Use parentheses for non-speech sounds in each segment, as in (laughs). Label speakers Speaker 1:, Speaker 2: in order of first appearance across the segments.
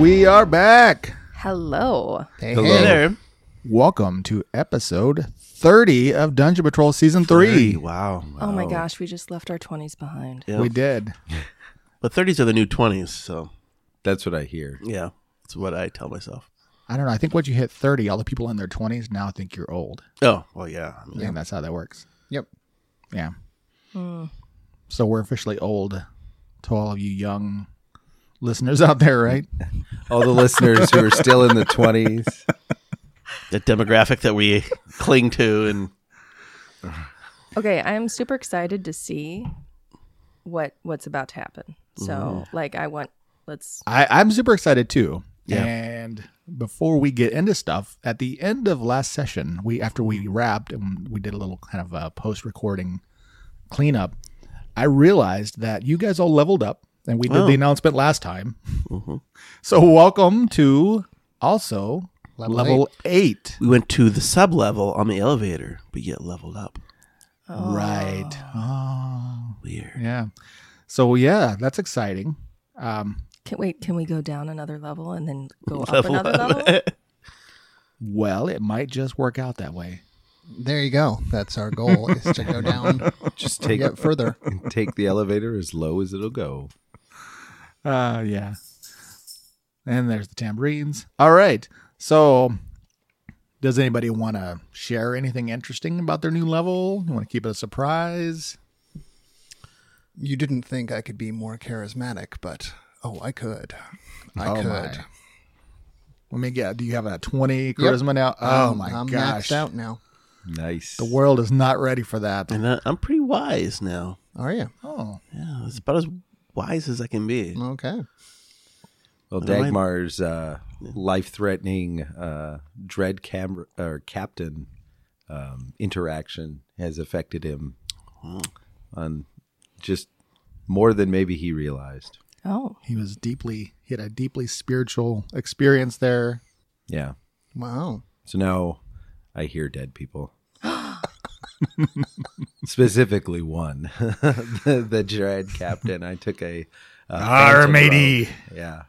Speaker 1: we are back.
Speaker 2: Hello.
Speaker 1: Hey,
Speaker 3: Hello.
Speaker 1: hey.
Speaker 3: there.
Speaker 1: Welcome to episode 30 of Dungeon Patrol Season 3.
Speaker 3: Wow.
Speaker 2: Oh my gosh, we just left our 20s behind.
Speaker 3: Yeah.
Speaker 1: We did.
Speaker 4: But 30s are the new 20s, so
Speaker 3: That's what I hear.
Speaker 4: yeah, that's what I tell myself.
Speaker 1: I don't know. I think once you hit 30, all the people in their 20s now think you're old.
Speaker 4: Oh, well, yeah. I mean,
Speaker 1: I think that's how that works. Yep. Hmm. Yeah. So we're officially old to all of you young listeners out there, right?
Speaker 3: All the listeners who are still in the 20s.
Speaker 4: The demographic that we (laughs) cling to, and
Speaker 2: Okay, I'm super excited to see what what's about to happen. So,
Speaker 4: Mm-hmm.
Speaker 2: like I want let's
Speaker 1: I, I'm super excited too.
Speaker 4: Yeah.
Speaker 1: And before we get into stuff, at the end of last session, we after we wrapped and we did a little kind of a post recording cleanup, I realized that you guys all leveled up and we did the announcement last time. Mm-hmm. So welcome to also level, eight.
Speaker 4: we went to the sub level on the elevator, but yet leveled up.
Speaker 1: Right. Oh,
Speaker 4: Weird.
Speaker 1: yeah. So yeah, that's exciting. Um,
Speaker 2: can wait, can we go down another level and then go up
Speaker 4: Level
Speaker 2: another
Speaker 4: up. (laughs)
Speaker 2: level?
Speaker 1: well, it might just work out that way.
Speaker 5: There you go. That's our goal is to go down
Speaker 3: Just
Speaker 5: to
Speaker 3: take
Speaker 5: get further.
Speaker 3: (laughs) take the elevator as low as it'll go.
Speaker 1: Uh yeah. And there's the tambourines. All right. So does anybody want to share anything interesting about their new level? You want to keep it a surprise?
Speaker 5: You didn't think I could be more charismatic, but oh, I could. I
Speaker 1: Oh,
Speaker 5: could.
Speaker 1: my. Let me get. Do you have a 20 charisma now? Oh
Speaker 5: I'm-
Speaker 1: my
Speaker 5: I'm
Speaker 1: gosh.
Speaker 5: maxed out now.
Speaker 3: Nice.
Speaker 1: The world is not ready for that.
Speaker 4: And I, I'm pretty wise now.
Speaker 5: Are you
Speaker 1: Oh.
Speaker 4: Yeah, it's about as wise as I can be.
Speaker 3: Mm.
Speaker 5: okay?
Speaker 3: well, Dagmar's uh, life-threatening uh, dread cam- or captain um, interaction has affected him on just more than maybe he realized.
Speaker 2: Oh,
Speaker 1: He was deeply he had a deeply spiritual experience there.
Speaker 3: Yeah.
Speaker 5: Wow.
Speaker 3: So now I hear dead people. (laughs) Specifically, one, (laughs) the, the dread captain. I took a. a
Speaker 1: Ah,
Speaker 3: phantom rope. Yeah.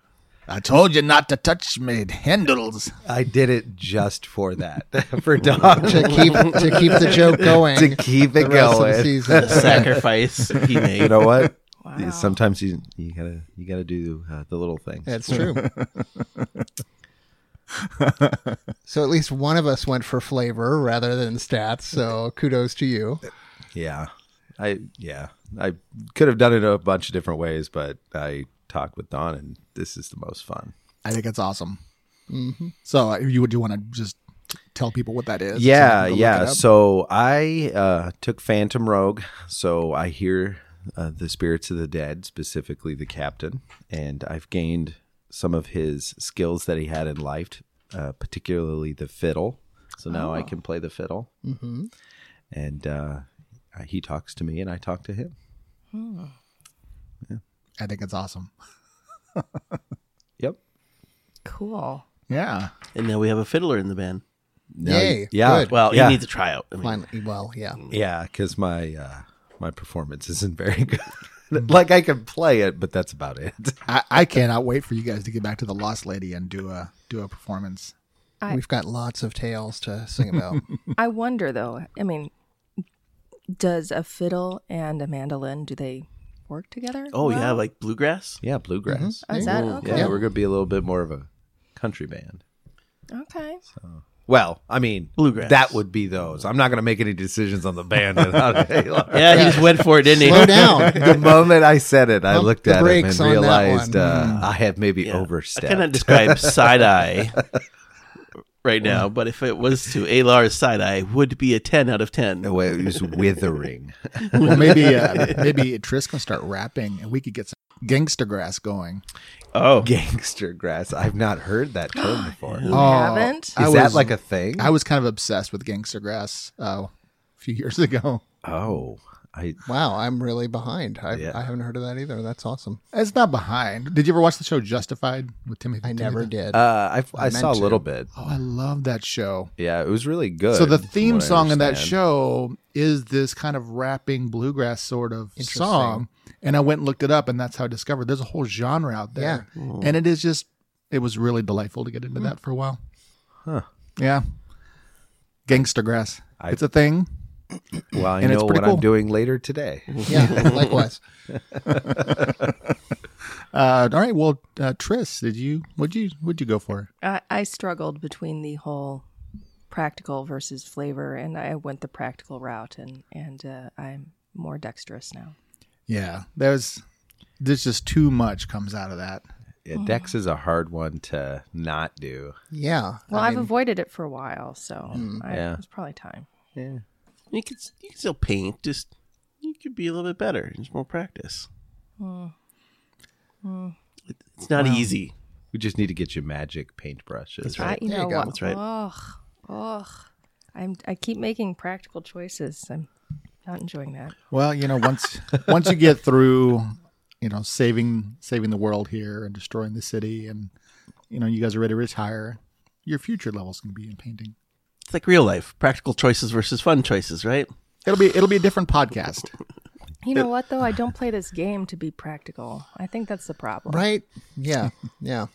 Speaker 1: I told you not to touch me handles.
Speaker 3: I did it just for that, (laughs) for Dom
Speaker 5: To keep to keep the joke going.
Speaker 3: to keep
Speaker 5: the
Speaker 3: it
Speaker 5: rest of the
Speaker 3: going.
Speaker 4: (laughs)
Speaker 5: season.
Speaker 4: Sacrifice he made.
Speaker 3: You (laughs) know what?
Speaker 2: Wow.
Speaker 3: Sometimes you you gotta you gotta do uh, the little things.
Speaker 5: That's true. so at least one of us went for flavor rather than stats. So kudos to you.
Speaker 3: Yeah, I yeah I could have done it a bunch of different ways, but I talked with Don, and this is the most fun.
Speaker 1: I think it's awesome.
Speaker 3: Mm-hmm.
Speaker 1: So, uh, you would you want to just tell people what that is?
Speaker 3: yeah
Speaker 1: So they can go look
Speaker 3: yeah
Speaker 1: it up?
Speaker 3: so i uh took phantom rogue so i hear uh, the spirits of the dead specifically the captain and i've gained some of his skills that he had in life uh, particularly the fiddle so now
Speaker 1: Ah.
Speaker 3: i can play the fiddle mm-hmm. and uh he talks to me and i talk to him
Speaker 1: I think it's awesome.
Speaker 3: yep
Speaker 2: cool.
Speaker 1: Yeah.
Speaker 4: and now we have a fiddler in the band.
Speaker 3: Now-
Speaker 5: Yay,
Speaker 3: yeah
Speaker 5: good.
Speaker 4: Well,
Speaker 3: yeah
Speaker 4: you need to try out. I mean,
Speaker 5: Finally, well, yeah.
Speaker 3: yeah because my uh my performance isn't very (laughs) good like i can play it but that's about it
Speaker 1: I, I cannot wait for you guys to get back to the Lost Lady and do a do a performance.
Speaker 2: I-
Speaker 5: We've got lots of tales to sing about.
Speaker 2: I wonder though. I mean, does a fiddle and a mandolin do they work together?
Speaker 4: oh,
Speaker 2: well?
Speaker 4: yeah, like mm-hmm. bluegrass?
Speaker 3: yeah bluegrass
Speaker 2: Oh, is that okay?
Speaker 3: Yeah, we're gonna be a little bit more of a country band.
Speaker 2: Okay.
Speaker 3: Well, I mean,
Speaker 4: Bluegrass.
Speaker 3: That would be those. I'm not gonna make any decisions on the band (laughs) without it.
Speaker 4: Yeah, he just went for it, didn't he?
Speaker 5: Slow down.
Speaker 3: The moment I said it, I
Speaker 5: Pump
Speaker 3: looked
Speaker 5: the
Speaker 3: at him
Speaker 5: brakes
Speaker 3: and
Speaker 5: on that
Speaker 3: realized
Speaker 5: one.
Speaker 3: uh, I have maybe
Speaker 4: Yeah. I
Speaker 3: overstepped.
Speaker 4: cannot describe side eye right now, but if it was to Alar's side eye, would be a ten out of ten.
Speaker 3: No way, it was withering. (laughs)
Speaker 1: Well, maybe uh, maybe Tris can start rapping and we could get some gangster grass going.
Speaker 4: Oh,
Speaker 3: Gangster grass. I've not heard that term before.
Speaker 2: You
Speaker 3: Is
Speaker 1: Oh,
Speaker 2: haven't?
Speaker 1: I
Speaker 3: that
Speaker 1: was-
Speaker 3: like a thing?
Speaker 1: I was kind of obsessed with gangster grass uh, a few years (laughs) ago.
Speaker 3: oh, I
Speaker 5: wow, I'm really behind. I,
Speaker 3: Yeah.
Speaker 5: I haven't heard of that either. That's awesome.
Speaker 1: It's not behind. Did you ever watch the show Justified with Timothy?
Speaker 5: I never
Speaker 1: Timothy?
Speaker 5: did.
Speaker 3: uh, I, I,
Speaker 5: I
Speaker 3: saw a
Speaker 5: meant
Speaker 3: little
Speaker 5: to.
Speaker 3: bit.
Speaker 1: Oh, I love that show.
Speaker 3: Yeah, it was really good.
Speaker 1: So the
Speaker 3: from
Speaker 1: theme
Speaker 3: what I
Speaker 1: song in that
Speaker 3: understand.
Speaker 1: show is this kind of rapping bluegrass sort of
Speaker 5: Interesting.
Speaker 1: song. And I went and looked it up, and that's how I discovered there's a whole genre out there. And it is just it was really delightful to get into that for a while.
Speaker 3: Huh.
Speaker 1: Yeah. Gangster grass.
Speaker 3: I-
Speaker 1: it's a thing.
Speaker 3: Well, I
Speaker 1: And it's
Speaker 3: know
Speaker 1: pretty
Speaker 3: what I'm
Speaker 1: cool.
Speaker 3: doing later today. (laughs)
Speaker 5: Yeah,
Speaker 1: (laughs)
Speaker 5: likewise.
Speaker 1: Uh, all right. Well, uh, Tris, did you? Would you? Would you go for?
Speaker 2: I, I struggled between the whole practical versus flavor, and I went the practical route, and and uh, I'm more dexterous now.
Speaker 1: Yeah. There's. There's just too much comes out of that.
Speaker 3: Yeah, Dex is a hard one to not do.
Speaker 5: Yeah.
Speaker 2: Well,
Speaker 5: I
Speaker 2: I've
Speaker 5: mean,
Speaker 2: avoided it for a while, so I,
Speaker 3: yeah.
Speaker 2: it's probably time.
Speaker 4: You can you can still paint. Just you could be a little bit better. Just more practice. It, it's not easy.
Speaker 3: We just need to get you magic paintbrushes.
Speaker 4: That's
Speaker 2: I,
Speaker 4: right.
Speaker 2: you
Speaker 5: There
Speaker 2: know
Speaker 5: you go.
Speaker 2: what?
Speaker 4: That's right.
Speaker 2: Ugh, ugh. I'm. I keep making practical choices. I'm not enjoying that.
Speaker 1: Well, you know, once once you get through, you know, saving saving the world here and destroying the city, and you know, you guys are ready to retire. Your future levels can be in painting.
Speaker 4: It's like real life. Practical choices versus fun choices, right?
Speaker 1: It'll be it'll be a different podcast.
Speaker 2: You know what though? I don't play this game to be practical. I think that's the problem.
Speaker 5: right? Yeah. Yeah.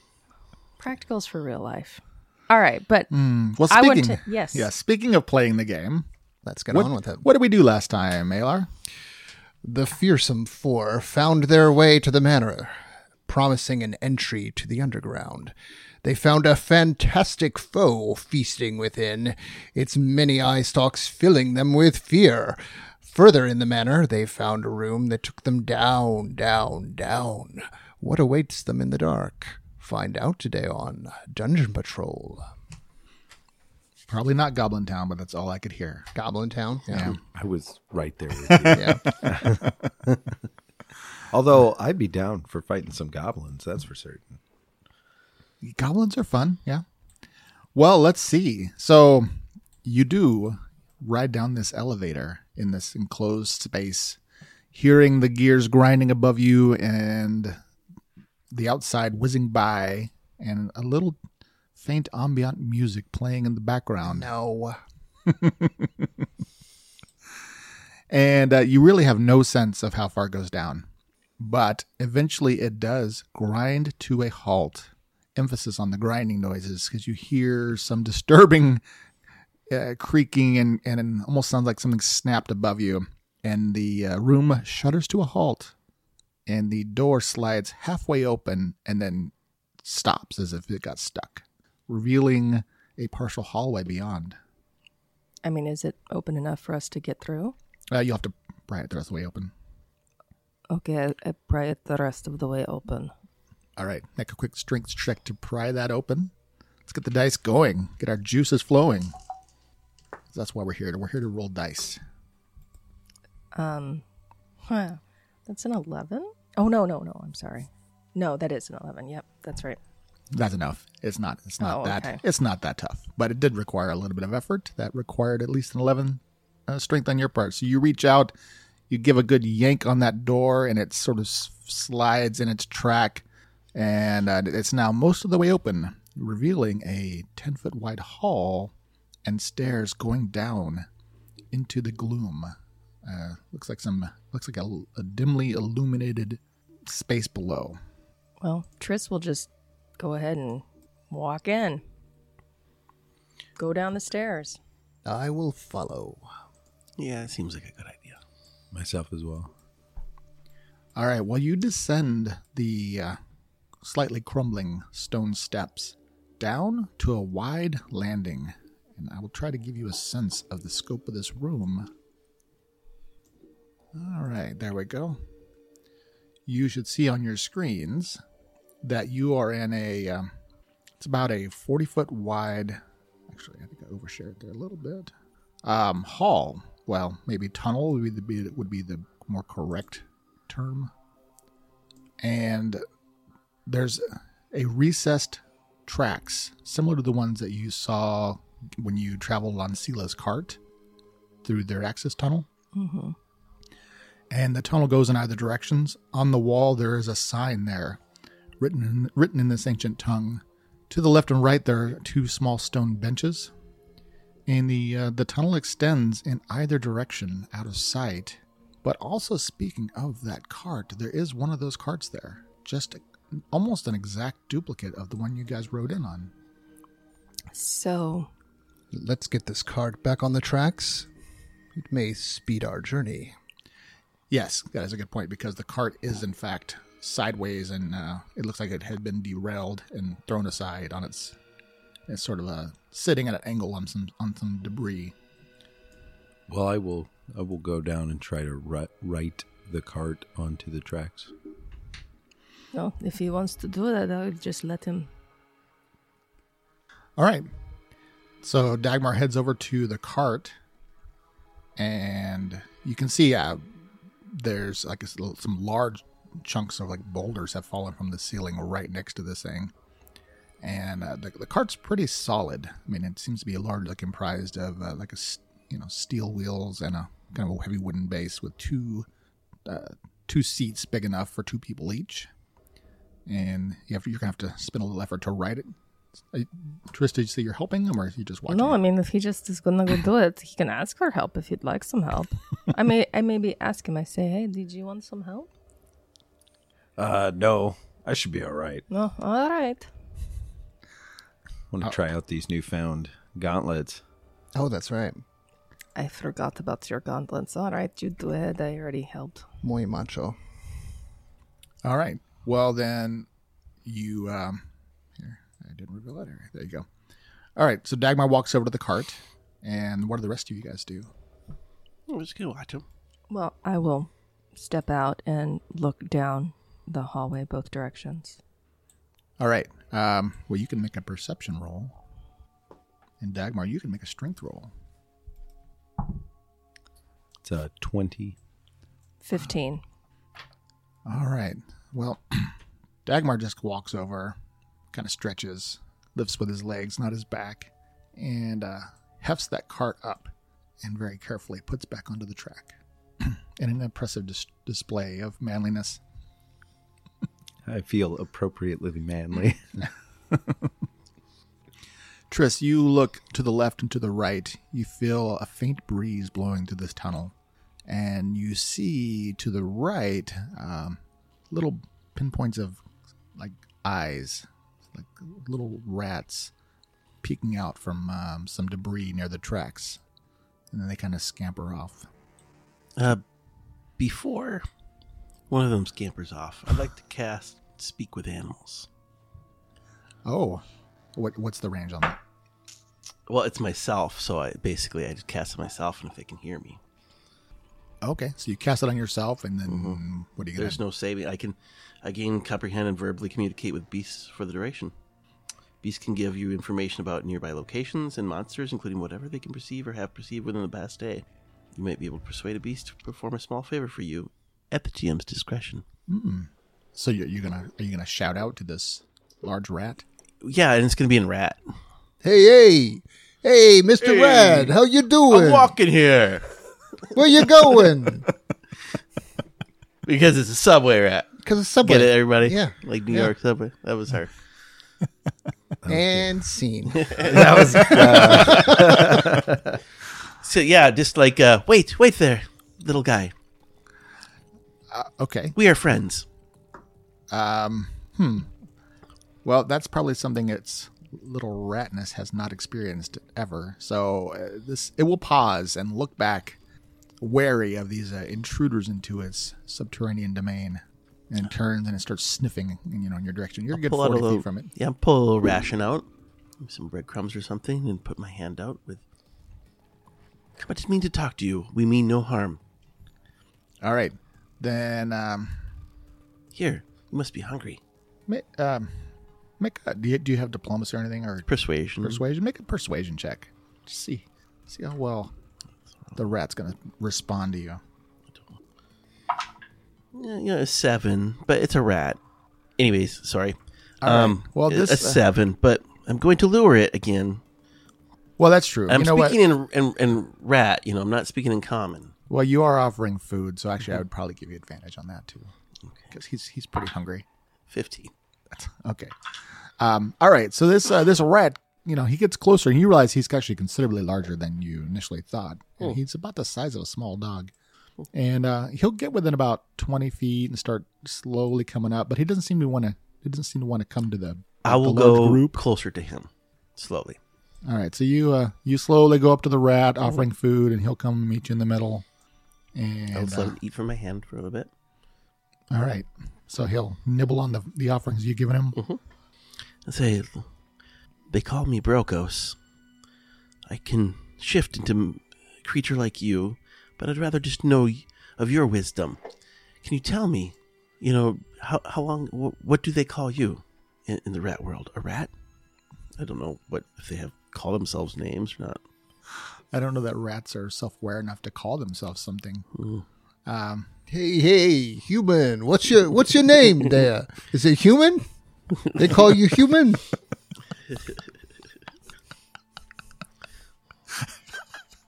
Speaker 2: Practicals for real life. All right, but
Speaker 1: Hmm. Well,
Speaker 2: I
Speaker 1: speaking
Speaker 2: want to. Yes.
Speaker 1: yeah, speaking of playing the game,
Speaker 5: Let's get
Speaker 1: what,
Speaker 5: on with it.
Speaker 1: what did we do last time, Alar?
Speaker 5: The fearsome four found their way to the manor, promising an entry to the underground. They found a fantastic foe feasting within, its many eye stalks filling them with fear. Further in the manor, they found a room that took them down, down, down. What awaits them in the dark? Find out today on Dungeon Patrol.
Speaker 1: Probably not Goblin Town, but that's all I could hear.
Speaker 5: Goblin Town? Yeah.
Speaker 3: I was right there (laughs) with you.
Speaker 5: Yeah.
Speaker 3: (laughs) Although I'd be down for fighting some goblins, that's for certain.
Speaker 1: Goblins are fun, yeah. Well, let's see. So you do ride down this elevator in this enclosed space, hearing the gears grinding above you and the outside whizzing by, and a little faint ambient music playing in the background.
Speaker 5: No.
Speaker 1: and uh, you really have no sense of how far it goes down. But eventually it does grind to a halt. Emphasis on the grinding noises because you hear some (laughs) disturbing uh, creaking and, and it almost sounds like something snapped above you. And the uh, room shudders to a halt and the door slides halfway open and then stops as if it got stuck, revealing a partial hallway beyond.
Speaker 2: I mean, is it open enough for us to get through?
Speaker 1: Uh, you'll have to pry it the rest of the way open.
Speaker 2: Okay, I, I pry it the rest of the way open.
Speaker 1: All right, make a quick strength check to pry that open. Let's get the dice going. Get our juices flowing. That's why we're here. We're here to roll dice.
Speaker 2: Um, huh. That's an 11? Oh, no, no, no. I'm sorry. No, that is an 11. Yep, that's right.
Speaker 1: That's enough. It's not. It's not
Speaker 2: Oh,
Speaker 1: that.
Speaker 2: okay.
Speaker 1: It's not that tough. But it did require a little bit of effort. That required at least an eleven uh, strength on your part. So you reach out, you give a good yank on that door, and it sort of s- slides in its track, and uh, it's now most of the way open, revealing a ten foot wide hall and stairs going down into the gloom. Uh, looks like some. Looks like a, a dimly illuminated space below.
Speaker 2: Well, Tris will just go ahead and walk in. Go down the stairs.
Speaker 5: I will follow.
Speaker 4: Yeah, it seems like a good idea.
Speaker 3: Myself as well.
Speaker 1: All right. Well, you descend the uh, slightly crumbling stone steps down to a wide landing, and I will try to give you a sense of the scope of this room. All right. There we go. You should see on your screens that you are in a. Um, it's about a forty foot wide. Actually, I think I overshared there a little bit. Um, hall. Well, maybe tunnel would be the be- would be the more correct term. And there's a recessed tracks similar to the ones that you saw when you traveled on Sela's cart through their access tunnel. And the tunnel goes in either directions. On the wall, there is a sign there, written in, written in this ancient tongue. To the left and right, there are two small stone benches, and the uh, the tunnel extends in either direction, out of sight. But also, speaking of that cart, there is one of those carts there, just almost an exact duplicate of the one you guys rode in on.
Speaker 2: So,
Speaker 5: Let's get this cart back on the tracks. It may speed our journey.
Speaker 1: Yes, that is a good point because the cart is in fact sideways and uh, it looks like it had been derailed and thrown aside on its. It's sort of uh, sitting at an angle on some on some debris.
Speaker 3: Well, I will. I will go down and try to ri- right the cart onto the tracks.
Speaker 2: no, if he wants to do that, I would just let him.
Speaker 1: All right. So Dagmar heads over to the cart, and you can see uh, there's like a s- l- some large chunks of like boulders have fallen from the ceiling right next to this thing, and uh, the, the cart's pretty solid. I mean, it seems to be largely comprised of uh, like a s- you know steel wheels and a kind of a heavy wooden base with two uh, two seats big enough for two people each. And you have, you're gonna have to spend a little effort to ride it. Trista, you say you're helping him, or you just watching?
Speaker 2: No, I
Speaker 1: him?
Speaker 2: mean, if he just is gonna go do it, he can ask for help if he'd like some (laughs) help. I may, I maybe ask him. I say, hey, did you want some help?
Speaker 3: Uh, no, I should be all right.
Speaker 2: No, all right.
Speaker 3: want to try out these newfound gauntlets.
Speaker 5: Oh, that's right.
Speaker 2: I forgot about your gauntlets. All right, you do it. I already helped.
Speaker 5: Muy macho.
Speaker 1: All right. Well, then you. Um, here, I didn't reveal that area. There you go. All right. So Dagmar walks over to the cart, and what do the rest of you guys do?
Speaker 4: I'm just gonna watch him.
Speaker 2: Well, I will step out and look down the hallway both directions.
Speaker 1: All right. Um, well, you can make a perception roll, and Dagmar, you can make a strength roll.
Speaker 3: It's a twenty.
Speaker 2: Fifteen.
Speaker 1: All right. Well, (clears throat) Dagmar just walks over, kind of stretches, lifts with his legs, not his back, and uh, hefts that cart up and very carefully puts back onto the track. (clears throat) in an impressive dis- display of manliness.
Speaker 3: I feel appropriately manly.
Speaker 1: Triss, you look to the left and to the right. You feel a faint breeze blowing through this tunnel, and you see to the right um, little pinpoints of like eyes, like little rats peeking out from um, some debris near the tracks, and then they kind of scamper off.
Speaker 4: Uh, before one of them scampers off, I'd like to cast Speak with Animals.
Speaker 1: Oh, what what's the range on that?
Speaker 4: Well, it's myself, so I basically I just cast it myself, and if they can hear me,
Speaker 1: Okay, so you cast it on yourself, and then what do you
Speaker 4: Mm-hmm. there's
Speaker 1: get?
Speaker 4: no saving. I can, I can comprehend and verbally communicate with beasts for the duration. Beasts can give you information about nearby locations and monsters, including whatever they can perceive or have perceived within the past day. You might be able to persuade a beast to perform a small favor for you at the GM's discretion.
Speaker 1: So you're, you're gonna are you gonna shout out to this large rat?
Speaker 4: Yeah, and it's going to be in rat.
Speaker 5: Hey, hey, hey, Mister Red, how you doing?
Speaker 4: walking here
Speaker 5: Where you going?
Speaker 4: because it's a subway rat.
Speaker 5: Because it's subway.
Speaker 4: Get it, everybody?
Speaker 5: Yeah,
Speaker 4: Like New
Speaker 5: yeah.
Speaker 4: York subway. That was her. (laughs)
Speaker 5: and scene.
Speaker 4: So, yeah, just like, uh, wait, wait there, little guy.
Speaker 1: Okay.
Speaker 4: We are friends.
Speaker 1: Well, that's probably something its little ratness has not experienced ever. So uh, this it will pause and look back, wary of these uh, intruders into its subterranean domain, and turns and it starts sniffing, you know, in your direction. You're a good
Speaker 4: Pull out a
Speaker 1: forty
Speaker 4: little,
Speaker 1: feet from it.
Speaker 4: Yeah, pull a little ration out, some breadcrumbs or something, and put my hand out with. Come, I just mean to talk to you. We mean no harm.
Speaker 1: All right, then um,
Speaker 4: Here, you must be hungry.
Speaker 1: ma- um, make a, do you do you have diplomacy or anything or
Speaker 4: Persuasion.
Speaker 1: persuasion? Make a persuasion check. Just see see how well the rat's gonna respond to you.
Speaker 4: Yeah, you know, a seven, but it's a rat. Anyways, sorry. um,
Speaker 1: Well,
Speaker 4: well,
Speaker 1: this,
Speaker 4: this
Speaker 1: uh,
Speaker 4: a seven, but I'm going to lure it again.
Speaker 1: Well, that's true.
Speaker 4: I'm
Speaker 1: you know what?
Speaker 4: speaking in, in in rat. You know, I'm not speaking in common.
Speaker 1: Well, you are offering food, so actually, I would probably give you advantage on that too, because he's he's pretty hungry.
Speaker 4: Fifteen.
Speaker 1: Okay. Um, all right. So this uh, this rat, you know, he gets closer, and you realize he's actually considerably larger than you initially thought, and
Speaker 4: Hmm.
Speaker 1: he's about the size of a small dog. And uh, he'll get within about twenty feet and start slowly coming up, but he doesn't seem to want to didn't seem to want to come to the.
Speaker 4: I will
Speaker 1: the large
Speaker 4: go
Speaker 1: group.
Speaker 4: closer to him, slowly.
Speaker 1: All right, so you uh, you slowly go up to the rat, offering food, and he'll come meet you in the middle. And
Speaker 4: I'll just let
Speaker 1: uh,
Speaker 4: him eat from my hand for a little bit.
Speaker 1: all right, so he'll nibble on the the offerings you've given him.
Speaker 4: Hmm. I say, they call me Brokos. I can shift into a creature like you, but I'd rather just know y- of your wisdom. Can you tell me, you know, how, how long, wh- what do they call you in, in the rat world? A rat? I don't know what, if they have call themselves names or not.
Speaker 1: I don't know that rats are self aware enough to call themselves something. Um,
Speaker 5: Hey, hey, human! What's your what's your name there? Is it human? They call you human.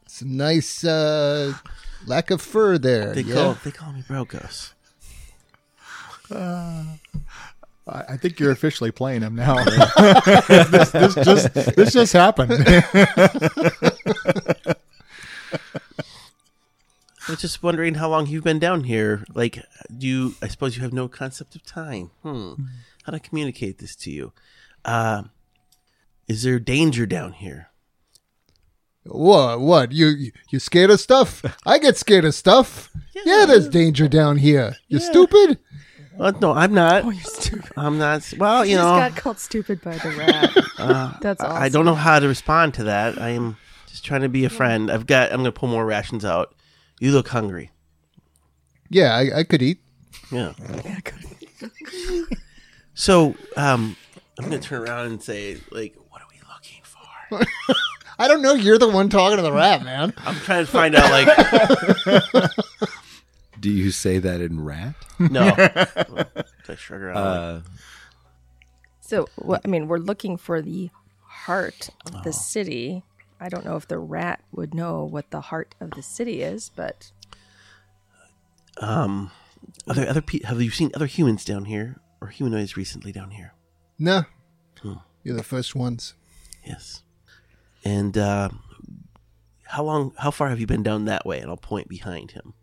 Speaker 5: It's a nice uh, lack of fur there.
Speaker 4: They
Speaker 5: Uh, yeah?
Speaker 4: call, they call me Brokos.
Speaker 1: I, I think you're officially playing him now. (laughs) this, this just this just happened. (laughs)
Speaker 4: I was just wondering how long you've been down here. Like, do you? I suppose you have no concept of time. Hmm. How do I communicate this to you? Uh, is there danger down here?
Speaker 5: What? What? You you- you scared of stuff? I get scared of stuff. Yeah, there's danger down here. You stupid?
Speaker 4: Uh, no, I'm not.
Speaker 2: Oh, you're stupid.
Speaker 4: I'm not. Well, you
Speaker 2: You
Speaker 4: know, Uh,
Speaker 2: just got called stupid by the
Speaker 4: (laughs)
Speaker 2: rat. That's awesome.
Speaker 4: I don't know how to respond to that. I am just trying to be a friend. I've got. I'm gonna pull more rations out. You look hungry.
Speaker 5: Yeah, I, I could eat.
Speaker 4: Yeah. so, um, I'm gonna turn around and say, like, what are we looking for?
Speaker 5: I don't know. You're the one talking to the rat, man.
Speaker 4: I'm trying to find out, like.
Speaker 3: (laughs)
Speaker 4: (laughs)
Speaker 3: Do you say that in rat?
Speaker 2: (laughs)
Speaker 4: No. I shrug her out.
Speaker 3: Uh,
Speaker 2: So, well, I mean, we're looking for the heart of
Speaker 4: Oh.
Speaker 2: the city. I don't know if the rat would know what the heart of the city is, but
Speaker 4: um, other other pe- have you seen other humans down here or humanoids recently down here?
Speaker 5: No, you're the first ones.
Speaker 4: Yes. And uh, how long? How far have you been down that way? And I'll point behind him.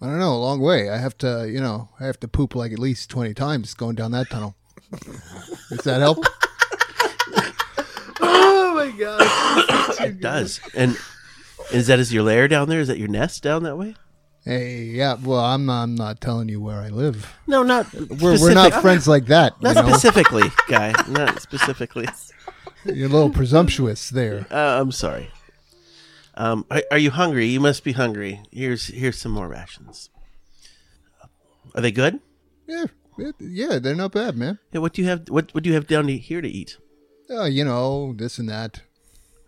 Speaker 5: I don't know. A long way. I have to, you know, I have to poop like at least twenty times going down
Speaker 4: (laughs)
Speaker 5: that tunnel. Does that help?
Speaker 4: It does. And is that is your lair down there? Is that your nest down that way?
Speaker 5: Hey, yeah. Well, I'm I'm not telling you where I live.
Speaker 4: No, not
Speaker 5: We're, we're not friends like that. You
Speaker 4: Not
Speaker 5: know?
Speaker 4: specifically, guy. Not specifically.
Speaker 5: You're a little presumptuous there.
Speaker 4: Uh, I'm sorry. Um, are, are you hungry? You must be hungry. Here's here's some more rations. Are they good?
Speaker 5: Yeah, yeah, yeah, they're not bad, man.
Speaker 4: Yeah, what do you have? What what do you have down to- here to eat?
Speaker 5: Oh, you know, this and that.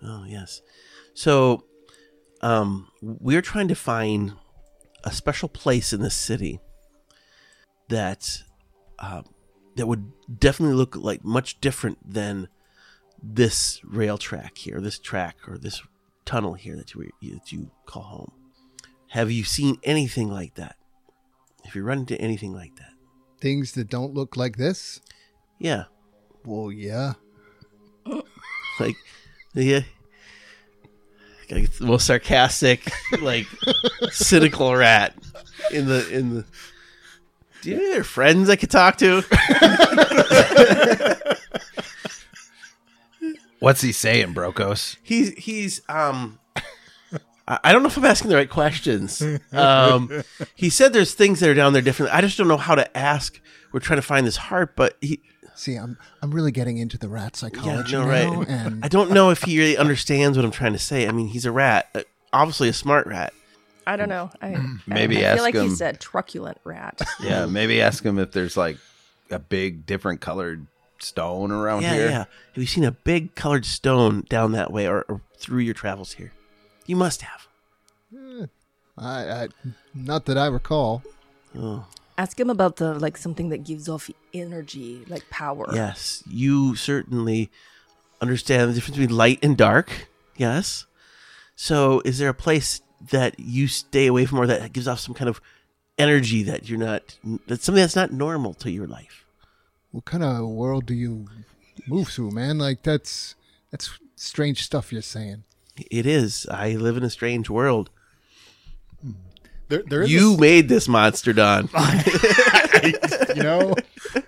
Speaker 4: Oh yes, so um, we're trying to find a special place in this city that uh, that would definitely look like much different than this rail track here, this track or this tunnel here that you that you call home. Have you seen anything like that? Have you run into anything like that?
Speaker 5: Things that don't look like this.
Speaker 4: Yeah,
Speaker 5: Well, yeah.
Speaker 4: like yeah like the most sarcastic like cynical rat in the in the do you have any other friends i could talk to
Speaker 6: What's he saying, Brokos?
Speaker 4: he's he's um I I don't know if I'm asking the right questions. Um, he said there's things that are down there differently. I just don't know how to ask. We're trying to find this heart, but he,
Speaker 5: See, I'm I'm really getting into the rat
Speaker 4: yeah,
Speaker 5: psychology
Speaker 4: no,
Speaker 5: now,
Speaker 4: right. (laughs)
Speaker 5: and
Speaker 4: I don't know if he really understands what I'm trying to say. I mean, he's a rat, uh, obviously a smart rat.
Speaker 2: I don't know.
Speaker 4: Mm.
Speaker 2: I
Speaker 6: Maybe
Speaker 2: I, I feel
Speaker 6: ask
Speaker 2: like he's
Speaker 6: him.
Speaker 2: a truculent
Speaker 4: (laughs)
Speaker 2: rat.
Speaker 6: Yeah, maybe ask him if there's like a big different colored stone around
Speaker 4: yeah,
Speaker 6: here.
Speaker 4: Yeah. Have you seen a big colored stone down that way or, or through your travels here? You must have.
Speaker 5: I, I not that I recall.
Speaker 4: Oh,
Speaker 2: ask him about the like something that gives off energy, like power.
Speaker 4: yes. You certainly understand the difference between light and dark. Yes. So, is there a place that you stay away from or that gives off some kind of energy that you're not, that's something that's not normal to your life?
Speaker 5: What kind of world do you move to, man? Like that's that's strange stuff you're saying.
Speaker 4: It is. I live in a strange world.
Speaker 1: There, there is
Speaker 4: You
Speaker 1: you,
Speaker 4: made this monster, Don.
Speaker 1: you know,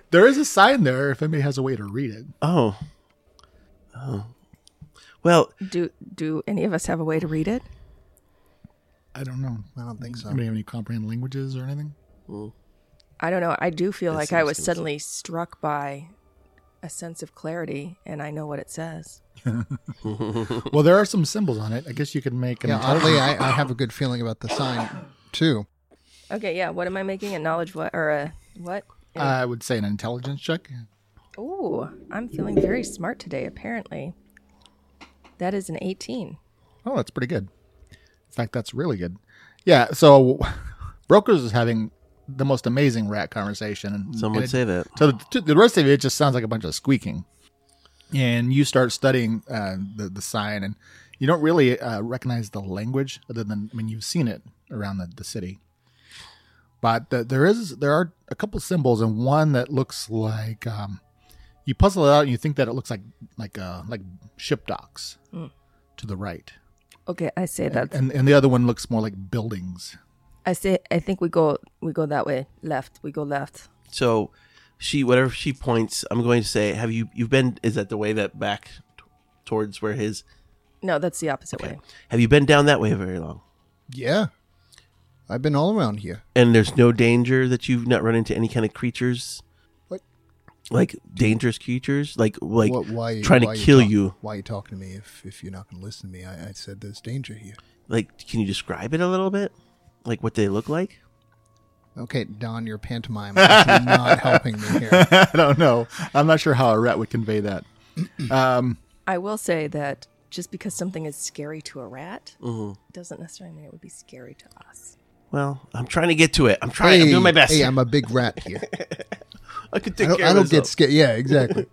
Speaker 1: there is a sign there if anybody has a way to read it.
Speaker 4: Oh. Oh. Well,
Speaker 2: Do do any of us have a way to read it?
Speaker 1: I don't know.
Speaker 5: I don't think so.
Speaker 1: Anybody have any comprehend languages or anything?
Speaker 2: I don't know. I do feel
Speaker 4: That
Speaker 2: like I
Speaker 4: seems
Speaker 2: was
Speaker 4: to-
Speaker 2: suddenly struck by a sense of clarity, and I know what it says.
Speaker 1: Well, there are some symbols on it. I guess you could make an
Speaker 5: Yeah, oddly, I, I have a good feeling about the sign too.
Speaker 2: Okay, yeah. What am I making? A knowledge what or a what?
Speaker 1: I would say an intelligence check.
Speaker 2: Ooh, I'm feeling very smart today. Apparently, that is an 18.
Speaker 1: Oh, that's pretty good. In fact, that's really good. Yeah. So, brokers is having the most amazing rat conversation. and-
Speaker 4: some
Speaker 1: and
Speaker 4: would
Speaker 1: it-
Speaker 4: say that.
Speaker 1: So the, the rest of it just sounds like a bunch of squeaking, and you start studying uh, the the sign, and you don't really uh, recognize the language other than I mean you've seen it around the, the city, but the, there is there are a couple symbols and one that looks like um, you puzzle it out and you think that it looks like like uh, like ship docks to the right,
Speaker 2: Okay, I say that.
Speaker 1: and and the other one looks more like buildings. (laughs)
Speaker 2: I say I think we go we go that way left. We go left.
Speaker 4: So she, whatever she points, I'm going to say, have you, you've been, is that the way that back t- towards where his,
Speaker 2: No, that's the opposite way.
Speaker 4: have you been down that way very long?
Speaker 5: Yeah, I've been all around here.
Speaker 4: And there's no danger that you've not run into any kind of creatures?
Speaker 5: What?
Speaker 4: Like dangerous creatures? Like, like
Speaker 5: What- why,
Speaker 4: trying
Speaker 5: why
Speaker 4: to kill
Speaker 5: talk-
Speaker 4: you?
Speaker 5: Why you talking to me if, if you're not going to listen to me? I, I said there's danger here.
Speaker 4: Like, can you describe it a little bit? Like what they look like?
Speaker 5: Okay, Don, your pantomime is
Speaker 4: (laughs)
Speaker 5: not helping me here.
Speaker 1: I don't know. I'm not sure how a rat would convey that.
Speaker 2: I will say that just because something is scary to a rat
Speaker 4: Mm-hmm.
Speaker 2: doesn't necessarily mean it would be scary to us.
Speaker 4: Well, I'm trying to get to it. I'm trying. I'm doing my best.
Speaker 5: Hey, I'm a big rat here.
Speaker 4: (laughs) I could
Speaker 5: I
Speaker 4: take
Speaker 5: don't,
Speaker 4: care
Speaker 5: I
Speaker 4: of (laughs)
Speaker 5: don't get
Speaker 4: myself.
Speaker 5: scared. Yeah, exactly.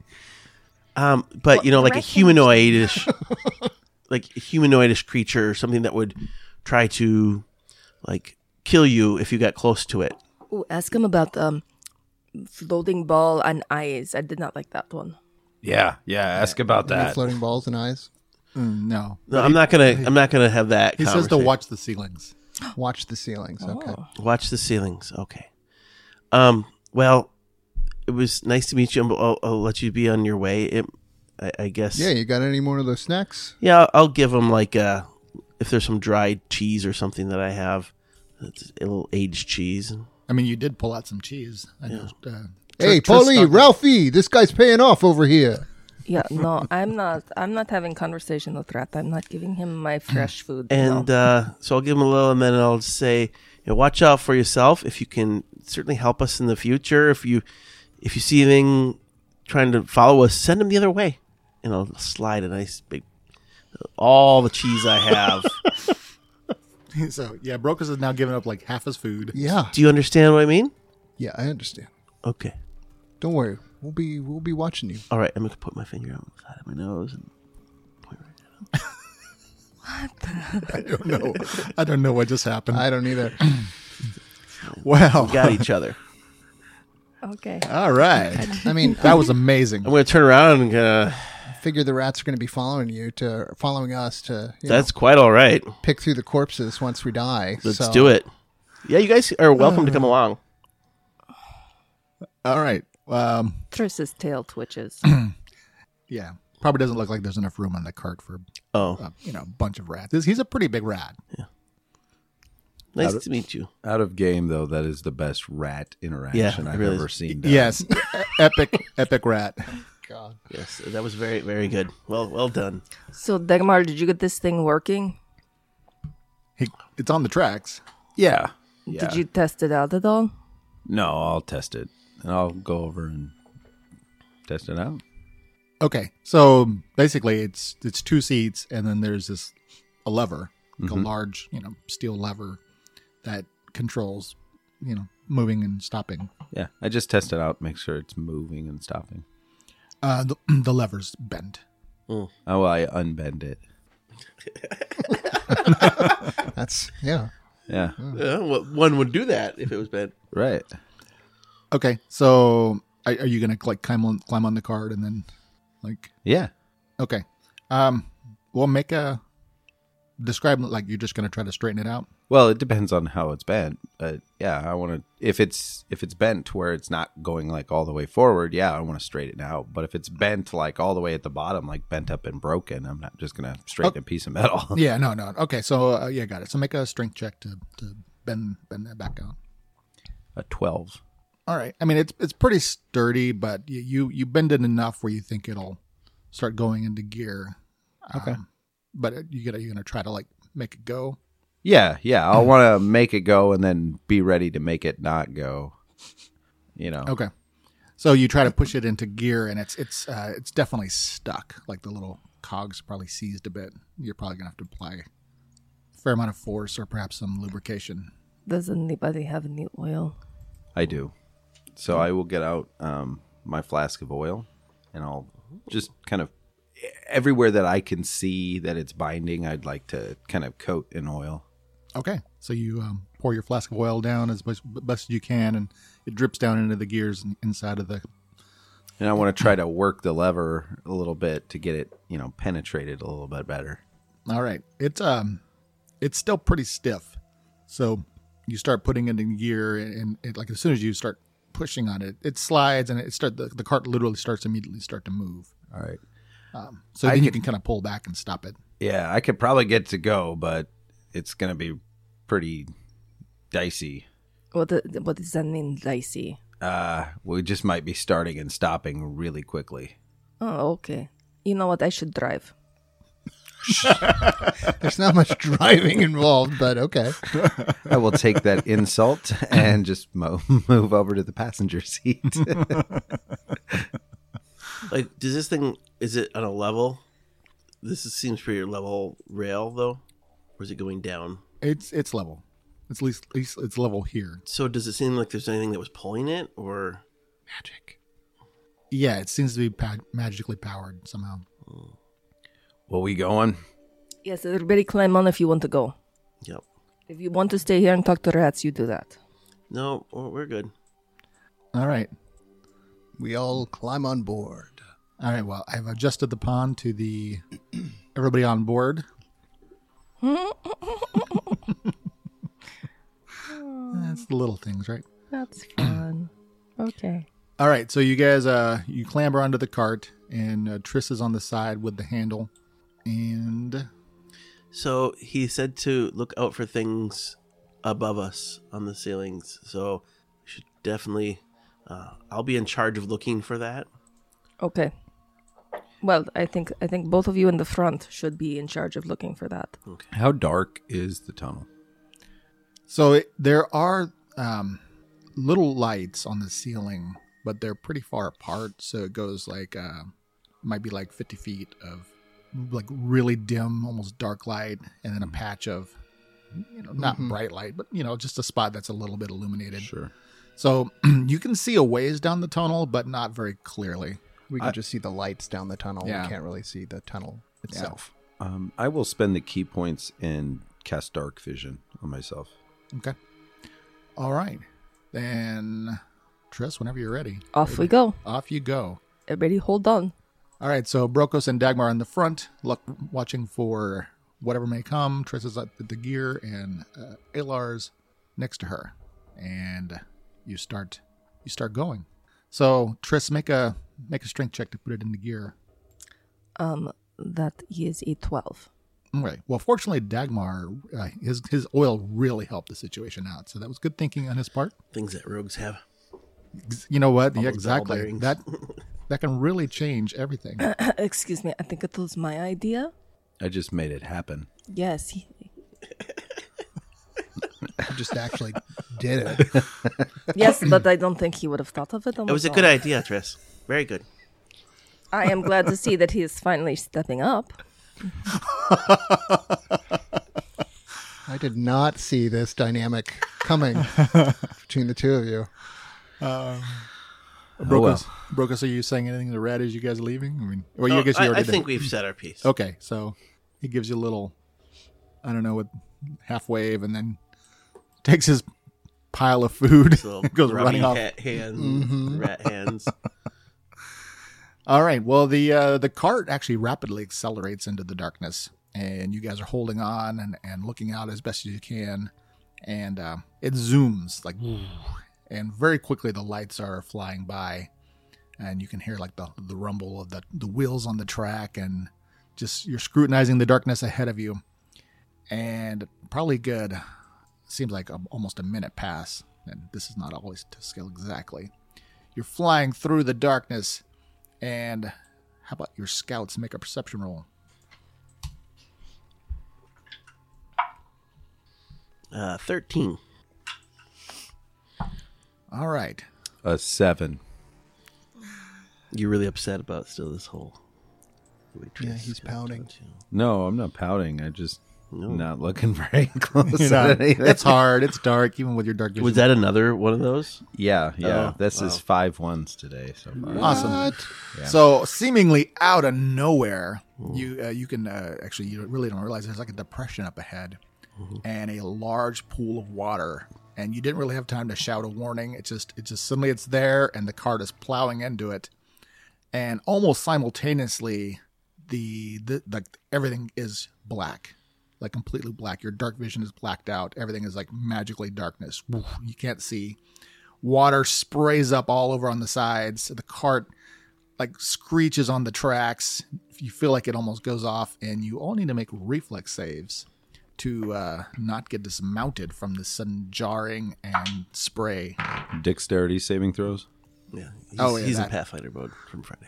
Speaker 4: Um, but you know, like a
Speaker 2: Reckon-
Speaker 4: humanoidish, like a humanoidish creature, or something that would try to, like, kill you if you got close to it.
Speaker 2: Ooh, ask him about um floating ball and eyes. I did not like that one.
Speaker 6: Yeah, yeah. Ask about
Speaker 5: No
Speaker 6: that.
Speaker 5: floating balls and eyes.
Speaker 1: Mm, no,
Speaker 4: No, I'm not gonna. I'm not gonna have that.
Speaker 1: he says to
Speaker 4: conversation.
Speaker 1: watch the ceilings.
Speaker 5: Watch the ceilings. Okay.
Speaker 4: Watch the ceilings. Okay. Um. Well, it was nice to meet you. I'll, I'll, I'll let you be on your way. It, I, I guess.
Speaker 5: Yeah, you got any more of those snacks?
Speaker 4: Yeah, I'll- I'll give them like uh if there's some dried cheese or something that I have, it's a little aged cheese.
Speaker 1: I mean, you did pull out some cheese. I just, uh, Tr-
Speaker 5: hey,
Speaker 1: Trist
Speaker 5: Polly,
Speaker 1: Stockton-
Speaker 5: Ralphie, this guy's paying off over here.
Speaker 2: Yeah, no, I'm not. I'm not having conversation with rat. I'm not giving him my fresh food.
Speaker 4: And
Speaker 2: no.
Speaker 4: uh, so I'll give him a little, and then I'll just say, you know, watch out for yourself. If you can, certainly help us in the future. If you if you see anything trying to follow us, send them the other way. And I'll slide a nice big all the cheese I (laughs)
Speaker 1: (laughs)
Speaker 4: have.
Speaker 1: so yeah, Brokers is now giving up like half his food.
Speaker 5: Yeah.
Speaker 4: Do you understand what I mean?
Speaker 5: Yeah, I understand.
Speaker 4: Okay.
Speaker 5: Don't worry. We'll be we'll be watching you.
Speaker 4: All right. I'm gonna put my finger on the side of my nose. And point right
Speaker 1: (laughs)
Speaker 4: at
Speaker 1: I don't know. I don't know what just happened.
Speaker 5: I don't either.
Speaker 4: (coughs)
Speaker 1: wow.
Speaker 4: it. Got each other. (laughs)
Speaker 2: okay,
Speaker 1: All right.
Speaker 5: I mean,
Speaker 1: That was amazing.
Speaker 4: I'm gonna turn around and uh, gonna.
Speaker 5: I figure the rats are going to be following you to following us to you know,
Speaker 4: That's quite all right.
Speaker 5: pick through the corpses once we die.
Speaker 4: Let's
Speaker 5: so-
Speaker 4: do it. Yeah, you guys are welcome to come along.
Speaker 1: All right. Um,
Speaker 2: Tris's tail twitches.
Speaker 1: yeah. Probably doesn't look like there's enough room on the cart for
Speaker 4: Oh,
Speaker 1: uh, you know a bunch of rats. He's- He's a pretty big rat.
Speaker 4: nice to meet you.
Speaker 6: Out of game though, that is the best rat interaction
Speaker 4: Yeah, it
Speaker 6: I've
Speaker 4: really
Speaker 6: ever
Speaker 4: is.
Speaker 6: seen. done.
Speaker 1: Yes. E- epic, epic rat.
Speaker 5: God.
Speaker 4: Yes, that was very, very good. Well, well done.
Speaker 2: so Dagmar, did you get this thing working?
Speaker 1: He, it's on the tracks.
Speaker 6: Yeah. Yeah.
Speaker 2: Did you test it out at all?
Speaker 6: No, I'll test it, and I'll go over and test it out.
Speaker 1: Okay. So basically, it's it's two seats, and then there's this a lever, like a large you know steel lever that controls you know moving and stopping.
Speaker 6: Yeah, I just test it out, make sure it's moving and stopping.
Speaker 1: Uh, the, (clears throat) the levers bend.
Speaker 6: Oh, I unbend it.
Speaker 5: That's yeah.
Speaker 6: Yeah,
Speaker 4: Yeah, well, one would do that if it was bad.
Speaker 6: right.
Speaker 1: Okay, so are, are you gonna like climb on climb on the card and then like
Speaker 6: Yeah.
Speaker 1: okay, um, we'll make a describe it like you're just going to try to straighten it out.
Speaker 3: Well, it depends on how it's bent. But yeah, I want to if it's if it's bent to where it's not going like all the way forward, yeah, I want to straighten it out. But if it's bent like all the way at the bottom, like bent up and broken, I'm not just gonna straighten a piece of
Speaker 1: (laughs)
Speaker 3: metal.
Speaker 1: Yeah, no, no. Okay, so uh, yeah, got it. So make a strength check to, to bend bend that back out.
Speaker 3: a twelve.
Speaker 1: All right. I mean, it's it's pretty sturdy, but you you, you bend it enough where you think it'll start going into gear. Okay. but it- you gotta you're gonna try to like make it go.
Speaker 3: Yeah, yeah, I'll want to make it go and then be ready to make it not go. You know,
Speaker 1: Okay. So you try to push it into gear, and it's it's uh, it's definitely stuck. Like the little cogs probably seized a bit. You're probably gonna have to apply a fair amount of force or perhaps some lubrication.
Speaker 2: Does anybody have any oil?
Speaker 3: I do. So I will get out um, my flask of oil and I'll just kind of everywhere that I can see that it's binding, I'd like to kind of coat in oil.
Speaker 1: Okay. So you um, pour your flask of oil down as best, best you can, and it drips down into the gears and inside of the.
Speaker 3: And I want to try to work the lever a little bit to get it, you know, penetrated a little bit better.
Speaker 1: All right. It's um, it's still pretty stiff. So you start putting it in gear, and, and it, like as soon as you start pushing on it, it slides, and it start the, the cart literally starts immediately start to move.
Speaker 3: All right.
Speaker 1: So then you can kind of pull back and stop it.
Speaker 3: Yeah, I could probably get to go, but it's going to be pretty dicey.
Speaker 2: What the, what does that mean, dicey?
Speaker 3: Uh, we just might be starting and stopping really quickly.
Speaker 2: Oh, okay. You know what? I should drive.
Speaker 5: There's not much (laughs) driving involved, but okay.
Speaker 3: I will take that (laughs) insult and just mo- (laughs) move over to the passenger seat. (laughs)
Speaker 4: Like, does this thing is it on a level? This is, seems pretty level rail though, or is it going down?
Speaker 1: It's it's level. It's least, least it's level here.
Speaker 4: So does it seem like there's anything that was pulling it, or
Speaker 1: Yeah, it seems to be pa- magically powered somehow.
Speaker 3: well, we going?
Speaker 2: Yes, everybody climb on if you want to go.
Speaker 4: yep?
Speaker 2: If you want to stay here and talk to rats, you do that.
Speaker 4: No, we're we're good.
Speaker 1: All right.
Speaker 5: We all climb on board.
Speaker 1: All right. Well, I've adjusted the pond to the (clears throat) everybody on board. That's the little things, right?
Speaker 2: That's fun. okay.
Speaker 1: All right. So you guys, uh, you clamber onto the cart, and uh, Triss is on the side with the handle, and
Speaker 4: So he said to look out for things above us on the ceilings. So we should definitely. Uh, I'll be in charge of looking for that.
Speaker 2: Okay. Well, I think I think both of you in the front should be in charge of looking for that.
Speaker 3: How dark is the tunnel?
Speaker 1: so it, there are um, little lights on the ceiling, but they're pretty far apart. So it goes like uh, might be like fifty feet of like really dim, almost dark light, and then a patch of you know not bright light, but you know just a spot that's a little bit illuminated.
Speaker 3: Sure.
Speaker 1: So (clears throat) you can see a ways down the tunnel, but not very clearly.
Speaker 5: We can just see the lights down the tunnel.
Speaker 1: Yeah.
Speaker 5: We can't really see the tunnel itself.
Speaker 3: Um, I will spend the key points and cast dark vision on myself.
Speaker 1: Okay. All right. Then, Triss, whenever you're ready,
Speaker 2: Off we go.
Speaker 1: off you go.
Speaker 2: Everybody hold on.
Speaker 1: All right. So, Brokos and Dagmar in the front, look, watching for whatever may come. Triss is at the gear, and uh, Alar's next to her. And you start, you start going. So, Triss, make a make a strength check to put it into gear.
Speaker 2: Um that is a 12.
Speaker 1: Okay. Well, fortunately, Dagmar, uh, his his oil really helped the situation out. So that was good thinking on his part.
Speaker 4: Things that rogues have.
Speaker 1: Ex- You know what? Yeah,
Speaker 4: those ball
Speaker 1: exactly. (laughs)
Speaker 4: bearings.
Speaker 1: That that can really change everything.
Speaker 2: (coughs)
Speaker 4: Oh,
Speaker 2: Excuse me. I think it was my idea.
Speaker 3: I just made it happen.
Speaker 2: Yes. he-
Speaker 5: You
Speaker 4: (laughs)
Speaker 5: just actually did it.
Speaker 4: (coughs)
Speaker 2: Yes, but I don't think he would have thought of it.
Speaker 4: It was a good idea, Triss. Very good.
Speaker 2: I am
Speaker 4: (laughs)
Speaker 2: glad to see that he is finally stepping up.
Speaker 5: I did not see this dynamic
Speaker 4: (laughs)
Speaker 5: coming between the two of you.
Speaker 3: Oh, well.
Speaker 1: Brokos, Brokos, are you saying anything to Red as you guys are leaving? I mean, well, you
Speaker 4: Oh,
Speaker 1: guess you
Speaker 4: I,
Speaker 1: already
Speaker 4: I
Speaker 1: did.
Speaker 4: think we've said our piece.
Speaker 1: Okay, so he gives you a little, I don't know, what half wave, and then (laughs) takes his pile of food,
Speaker 4: It's a little
Speaker 1: (laughs) goes
Speaker 4: running
Speaker 1: running off. Mm-hmm.
Speaker 4: Cat hands, rat hands.
Speaker 1: All right. Well, the uh, the cart actually rapidly accelerates into the darkness. and you guys are holding on and, and looking out as best as you can. And uh, it zooms like, and very quickly the lights are flying by, and you can hear like the, the rumble of the, the wheels on the track, and just you're scrutinizing the darkness ahead of you. And probably good, seems like a, almost a minute pass, and this is not always to scale exactly. You're flying through the darkness, and how about your scouts make a perception roll?
Speaker 4: Uh, 13.
Speaker 1: All right.
Speaker 3: A seven.
Speaker 4: You're really upset about still this whole. waitress
Speaker 5: Yeah, he's
Speaker 4: got
Speaker 5: pounding.
Speaker 4: to-
Speaker 3: No, I'm not pouting. I just not looking (laughs) very close
Speaker 1: You know,
Speaker 3: at
Speaker 1: (laughs)
Speaker 3: anything.
Speaker 1: it's hard. It's dark, even with your dark vision.
Speaker 4: Was that another one of those?
Speaker 3: Yeah, yeah.
Speaker 4: Oh,
Speaker 3: this
Speaker 4: wow.
Speaker 3: is five ones today so far.
Speaker 1: awesome? So seemingly out of nowhere, you uh, you can uh, actually you really don't realize there's like a depression up ahead, and a large pool of water. And you didn't really have time to shout a warning. It just it just suddenly it's there, and the cart is plowing into it, and almost simultaneously, the the like everything is black, like completely black. Your dark vision is blacked out. Everything is like magically darkness. Woof, You can't see. Water sprays up all over on the sides. The cart like screeches on the tracks. You feel like it almost goes off, and you all need to make reflex saves to uh, not get dismounted from the sudden jarring and spray.
Speaker 3: Dexterity saving throws.
Speaker 4: Yeah. He's,
Speaker 1: Oh, yeah,
Speaker 4: he's
Speaker 1: that.
Speaker 4: in Pathfinder mode from Friday.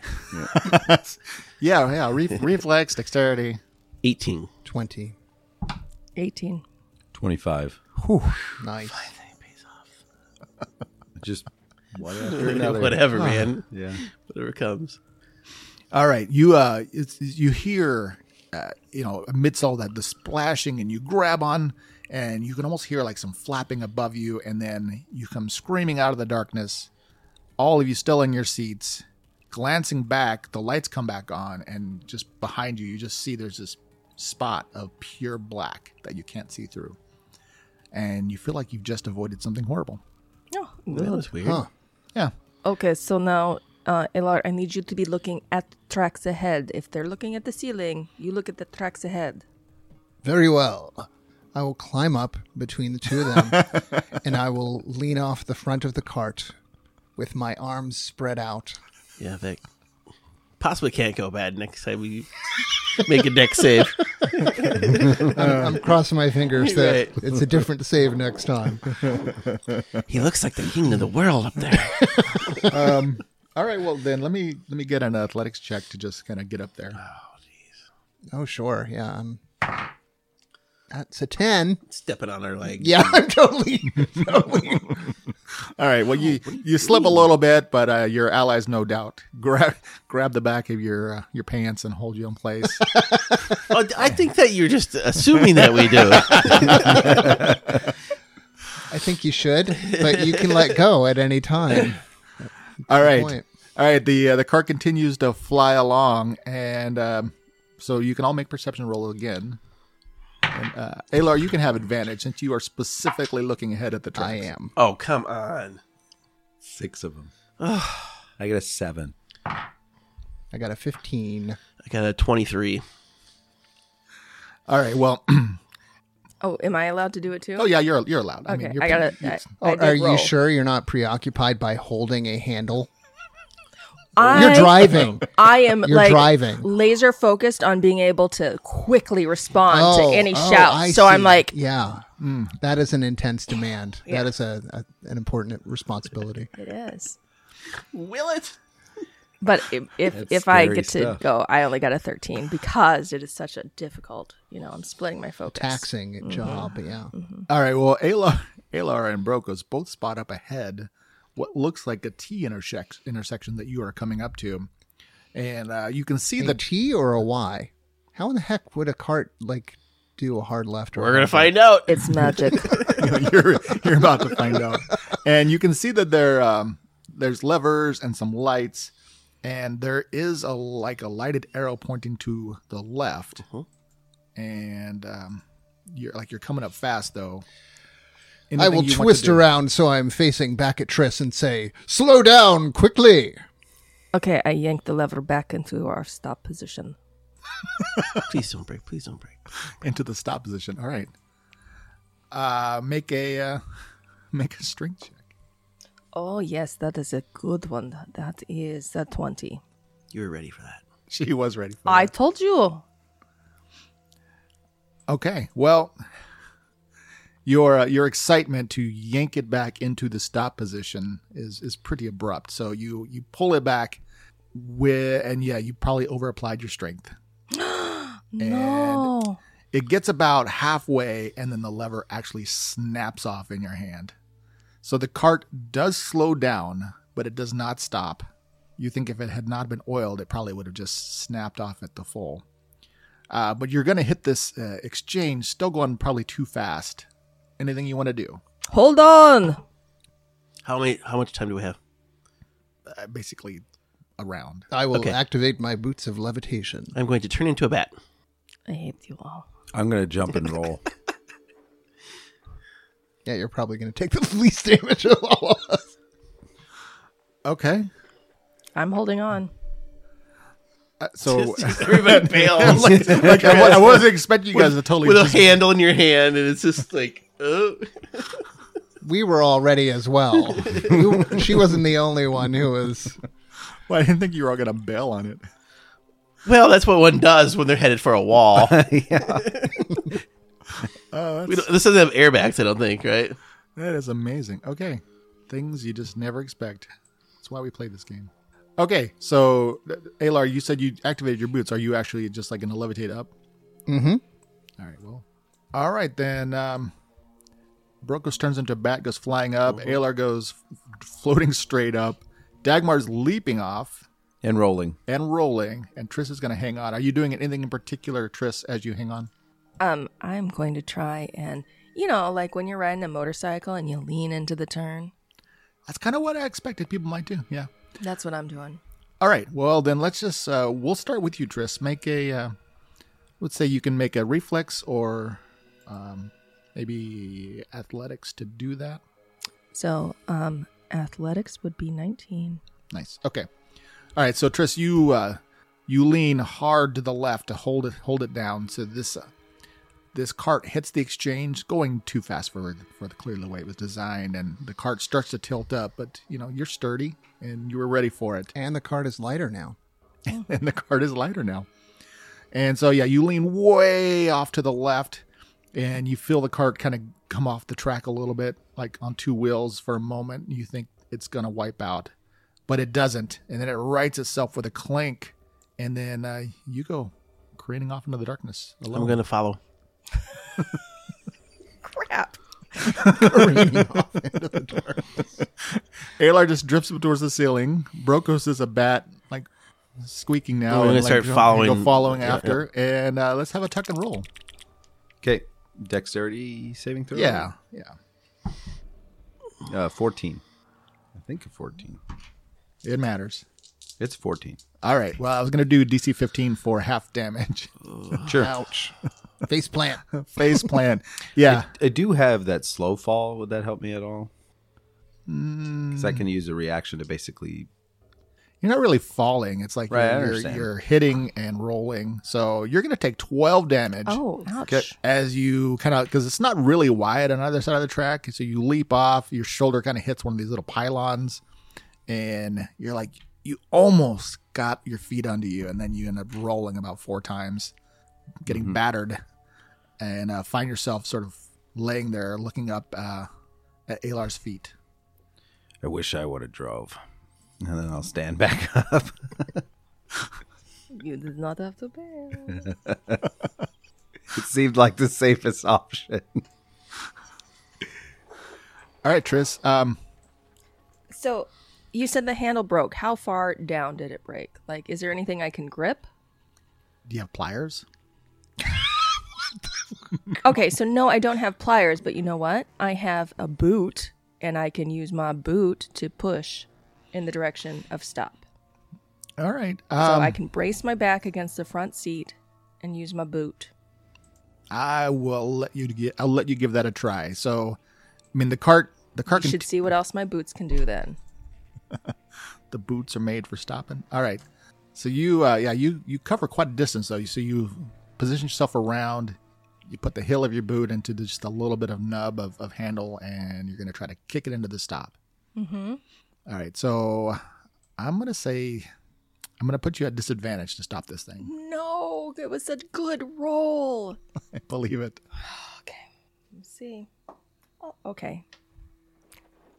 Speaker 1: Yeah, yeah. Re- (laughs) reflex, dexterity.
Speaker 4: 18.
Speaker 5: 20.
Speaker 2: 18.
Speaker 3: Twenty-five.
Speaker 5: Nice.
Speaker 3: Just
Speaker 4: (laughs) Whatever, man.
Speaker 3: yeah.
Speaker 4: Whatever comes.
Speaker 1: All right, you uh, it's, you hear, uh, you know, amidst all that the splashing, and you grab on, and you can almost hear like some flapping above you, and then you come screaming out of the darkness. All of you still in your seats, glancing back, the lights come back on, and just behind you, you just see there's this spot of pure black that you can't see through, and you feel like you've just avoided something horrible.
Speaker 2: Oh,
Speaker 4: That was weird.
Speaker 5: Huh.
Speaker 1: Yeah,
Speaker 2: Okay, so now, uh, Elar, I need you to be looking at the tracks ahead. If they're looking at the ceiling, you look at the tracks ahead.
Speaker 5: Very well. I will climb up between the two of them
Speaker 2: (laughs)
Speaker 5: and I will lean off the front of the cart with my arms spread out.
Speaker 4: Yeah, that possibly can't go bad next time we make a deck save.
Speaker 2: Uh.
Speaker 5: I'm crossing my fingers that
Speaker 4: Right.
Speaker 5: it's a different save next time.
Speaker 4: (laughs) he looks like the king of the world up there.
Speaker 1: All right, well then let me let me get an athletics check to just kind of get up there.
Speaker 5: Oh, sure. Yeah. I'm... That's a 10.
Speaker 4: (laughs) Stepping on her leg.
Speaker 5: Yeah, (laughs) I'm totally.
Speaker 1: All right.
Speaker 5: Oh,
Speaker 1: Well, you you slip a little bit, but uh, your allies, no doubt, (laughs) grab grab the back of your uh, your pants and hold you in place.
Speaker 5: (laughs)
Speaker 4: Oh, I think that you're just assuming that we
Speaker 1: (laughs)
Speaker 4: do.
Speaker 5: I think you should, but you can let go at any time.
Speaker 1: All right.
Speaker 5: point.
Speaker 1: All right. The uh, the car continues to fly along, and um, so you can all make perception roll again. And, uh, Alar, you can have advantage since you are specifically looking ahead at the tracks.
Speaker 5: I am.
Speaker 4: oh, come on.
Speaker 3: Six of (sighs) them. I got a seven.
Speaker 5: I got a 15.
Speaker 4: I got a 23.
Speaker 1: All right. Well. (clears throat)
Speaker 2: Oh, am I allowed to do it too?
Speaker 1: oh yeah, you're you're allowed. I
Speaker 2: Okay,
Speaker 1: mean, you're
Speaker 2: I got it. I, I
Speaker 5: Oh,
Speaker 2: did
Speaker 5: are you
Speaker 2: roll.
Speaker 5: sure you're not preoccupied by holding a handle?
Speaker 2: I,
Speaker 5: You're driving.
Speaker 2: I am
Speaker 5: You're
Speaker 2: like
Speaker 5: driving.
Speaker 2: laser focused on being able to quickly respond
Speaker 5: Oh,
Speaker 2: to any
Speaker 5: oh,
Speaker 2: shout.
Speaker 5: I
Speaker 2: so I'm
Speaker 5: see.
Speaker 2: like,
Speaker 5: yeah, Mm, that is an intense demand.
Speaker 2: Yeah.
Speaker 5: That is a, a an important responsibility.
Speaker 2: it is.
Speaker 4: Will it?
Speaker 2: But if if,
Speaker 3: That's
Speaker 2: if I
Speaker 3: scary
Speaker 2: get to
Speaker 3: stuff.
Speaker 2: go, I only got a 13 because it is such a difficult. You know, I'm splitting my focus.
Speaker 5: Taxing
Speaker 2: Mm-hmm.
Speaker 5: job. Yeah,
Speaker 1: All right. Well, (laughs) Alar, Alar and Brokos both spot up ahead what looks like a T intersex- intersection that you are coming up to. And uh, you can see
Speaker 5: a
Speaker 1: the.
Speaker 5: T or a Y? How in the heck would a cart like do a hard left? Or
Speaker 4: We're going to find out.
Speaker 2: It's
Speaker 5: (laughs)
Speaker 2: magic.
Speaker 1: (laughs) you're, you're about to find out. And you can see that there um, there's levers and some lights. And there is a like a lighted arrow pointing to the left.
Speaker 5: Uh-huh.
Speaker 1: And um, you're like you're coming up fast though.
Speaker 5: I
Speaker 1: Anything
Speaker 5: will
Speaker 1: you want to
Speaker 5: twist
Speaker 1: do-
Speaker 5: around so I'm facing back at Triss and say, "Slow down quickly."
Speaker 2: okay, I yank the lever back into our stop position.
Speaker 4: (laughs) please don't break. Please don't break.
Speaker 1: into the stop position. All right. Uh, make a uh, (laughs) make a string check.
Speaker 2: Oh yes, that is a good one. That is a twenty.
Speaker 4: You were ready for that.
Speaker 1: She was ready. For
Speaker 2: I told you.
Speaker 1: Okay. Well, your uh, your excitement to yank it back into the stop position is is pretty abrupt. So you you pull it back with and yeah, you probably over applied your strength.
Speaker 2: No.
Speaker 1: It gets about halfway and then the lever actually snaps off in your hand. So the cart does slow down, but it does not stop. You think if it had not been oiled, it probably would have just snapped off at the full. Uh, but you're going to hit this uh, exchange, still going probably too fast. Anything you want to do?
Speaker 2: Hold on.
Speaker 4: How many? How much time do we have?
Speaker 1: Uh, basically, around.
Speaker 5: I will
Speaker 4: Okay.
Speaker 5: activate my boots of levitation.
Speaker 4: I'm going to turn into a (laughs) bat.
Speaker 2: I hate you all.
Speaker 3: I'm gonna jump and (laughs) roll.
Speaker 5: Yeah, you're probably going to take (laughs) the least damage of all of us.
Speaker 1: Okay.
Speaker 2: I'm holding on.
Speaker 1: Uh,
Speaker 4: (laughs)
Speaker 1: so (laughs)
Speaker 4: Everybody (laughs) bails
Speaker 1: like, I, wa- I wasn't expecting you guys to totally.
Speaker 4: with a
Speaker 1: just-
Speaker 4: handle in your hand, and it's just like, oh,
Speaker 5: We were all ready
Speaker 1: (laughs)
Speaker 5: as well. We- she wasn't the only one who was.
Speaker 1: well, (laughs) I didn't think you were all going to bail on it.
Speaker 4: well, that's what one does when they're headed for
Speaker 1: (laughs)
Speaker 4: a wall.
Speaker 1: Oh,
Speaker 4: We don't- this doesn't have airbags, I don't think, right?
Speaker 1: That is amazing. Okay. Things you just never expect. That's why we play this game. Okay, so uh, Alar, you said you activated your boots. Are you actually just like gonna levitate up?
Speaker 5: Mm-hmm.
Speaker 1: All right, well. All right, then um Brokos turns into a bat, goes flying up. Alar goes f- floating straight up. Dagmar's leaping off
Speaker 3: and rolling.
Speaker 1: and rolling, and Triss is gonna hang on. Are you doing anything in particular, Triss, as you hang on?
Speaker 2: Um, I'm going to try and you know, like when you're riding a motorcycle and you lean into the turn.
Speaker 1: That's kind of what I expected people might do. Yeah.
Speaker 2: That's what I'm doing.
Speaker 1: All right. Well, then let's just uh, we'll start with you, Triss. Make a uh, let's say you can make a reflex or um, maybe athletics to do that.
Speaker 2: So, um, athletics would be 19.
Speaker 1: Nice. Okay. All right. So Triss, you uh, you lean hard to the left to hold it hold it down. So this uh, this cart hits the exchange, going too fast for for the clearly the way it was designed, and the cart starts to tilt up. But you know you're sturdy and you were ready for it.
Speaker 5: And the card is lighter now.
Speaker 1: (laughs) and the card is lighter now. And so yeah, you lean way off to the left and you feel the cart kind of come off the track a little bit, like on two wheels for a moment. You think it's going to wipe out, but it doesn't. And then it rights itself with a clank and then uh, you go craning off into the darkness alone.
Speaker 4: I'm going to follow.
Speaker 2: Crap.
Speaker 1: Alar just drifts up towards the ceiling. Brokos is a bat like squeaking now
Speaker 4: We're gonna
Speaker 1: and, like,
Speaker 4: start
Speaker 1: go- go
Speaker 4: following-
Speaker 1: following
Speaker 4: yeah, yeah.
Speaker 1: after and uh, let's have a tuck and roll.
Speaker 3: Okay, dexterity saving throw.
Speaker 1: Yeah. Yeah.
Speaker 3: uh, fourteen. I think a fourteen.
Speaker 1: It matters.
Speaker 3: It's fourteen.
Speaker 1: All right. Well, I was going to do DC 15 for half damage.
Speaker 3: (laughs) Sure.
Speaker 5: Ouch. Face plant.
Speaker 1: (laughs) Face plant. Yeah.
Speaker 3: I do have that slow fall. Would that help me at all? Because I can use a reaction to basically.
Speaker 1: You're not really falling. It's like
Speaker 3: Right, I
Speaker 1: you're, you're,
Speaker 3: understand.
Speaker 1: you're hitting and rolling. So you're going to take 12 damage
Speaker 2: Oh, ouch.
Speaker 1: as you kind of, because it's not really wide on either side of the track. So you leap off, your shoulder kind of hits one of these little pylons, and you're like, you almost got your feet under you. And then you end up rolling about four times, getting battered, and uh, find yourself sort of laying there looking up uh, at Alar's feet.
Speaker 3: I wish I would have drove, and then I'll stand (laughs) back up.
Speaker 2: You did not have to pay.
Speaker 3: it seemed like the safest option.
Speaker 1: All right, Tris. Um,
Speaker 2: (laughs) So, you said the handle broke. How far down did it break? Like, is there anything I can grip?
Speaker 1: do you have pliers?
Speaker 2: Okay, so no, I don't have pliers, but you know what? I have a boot, and I can use my boot to push in the direction of stop.
Speaker 1: All right.
Speaker 2: So
Speaker 1: Um,
Speaker 2: I can brace my back against the front seat and use my boot.
Speaker 1: I will let you get. I'll let you give that a try. So, I mean, the cart, the cart,
Speaker 2: You
Speaker 1: can,
Speaker 2: should see what else my boots can do then.
Speaker 1: the boots are made for stopping. All right. So you, uh, yeah, you you cover quite a distance though. So you position yourself around. You put the heel of your boot into the, just a little bit of nub of, of handle, and you're going to try to kick it into the stop. Mm-hmm. right, so I'm going to say I'm going to put you at disadvantage to stop this thing. (laughs)
Speaker 2: No, it was a good roll.
Speaker 1: I believe it.
Speaker 2: Okay, let's see. Oh, okay.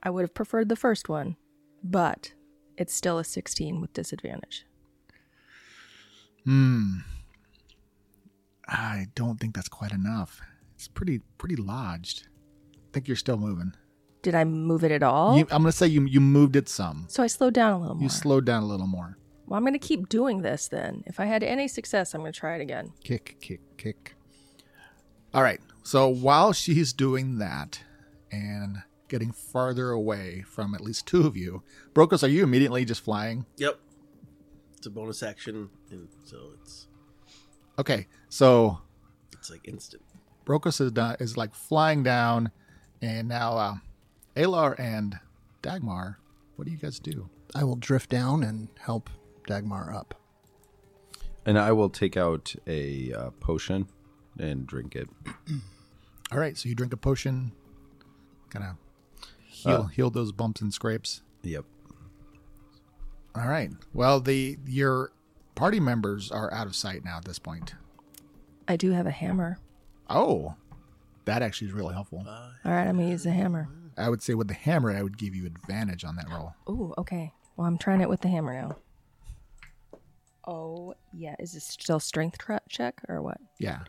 Speaker 2: I would have preferred the first one, but it's still a 16 with disadvantage.
Speaker 1: I don't think that's quite enough. It's pretty pretty lodged. I think you're still moving.
Speaker 2: Did I move it at all?
Speaker 1: You, I'm going to say you you moved it some.
Speaker 2: so I slowed down a little
Speaker 1: You
Speaker 2: Oh. more.
Speaker 1: slowed down a little more.
Speaker 2: well, I'm going to keep doing this then. If I had any success, I'm going to try it again.
Speaker 1: Kick, kick, kick. All right. So while she's doing that and getting farther away from at least two of you, Brokos, are you immediately just flying?
Speaker 4: Yep. It's a bonus action, and so it's
Speaker 1: Okay. So
Speaker 4: it's like instant.
Speaker 1: Brokos is, done, is like flying down, and now uh, Alar and Dagmar, what do you guys do?
Speaker 5: I will drift down and help Dagmar up.
Speaker 3: And I will take out a uh, potion and drink it.
Speaker 1: All right. So you drink a potion, kind of heal, heal those bumps and scrapes.
Speaker 3: Yep.
Speaker 1: All right. Well, the your party members are out of sight now at this point.
Speaker 2: I do have a hammer.
Speaker 1: Oh, that actually is really helpful.
Speaker 2: All right, I'm going to use the hammer.
Speaker 1: I would say with the hammer, I would give you advantage on that roll.
Speaker 2: Ooh, okay. Well, I'm trying it with the hammer now. Oh, yeah. Is this still strength tra- check or what?
Speaker 1: Yeah.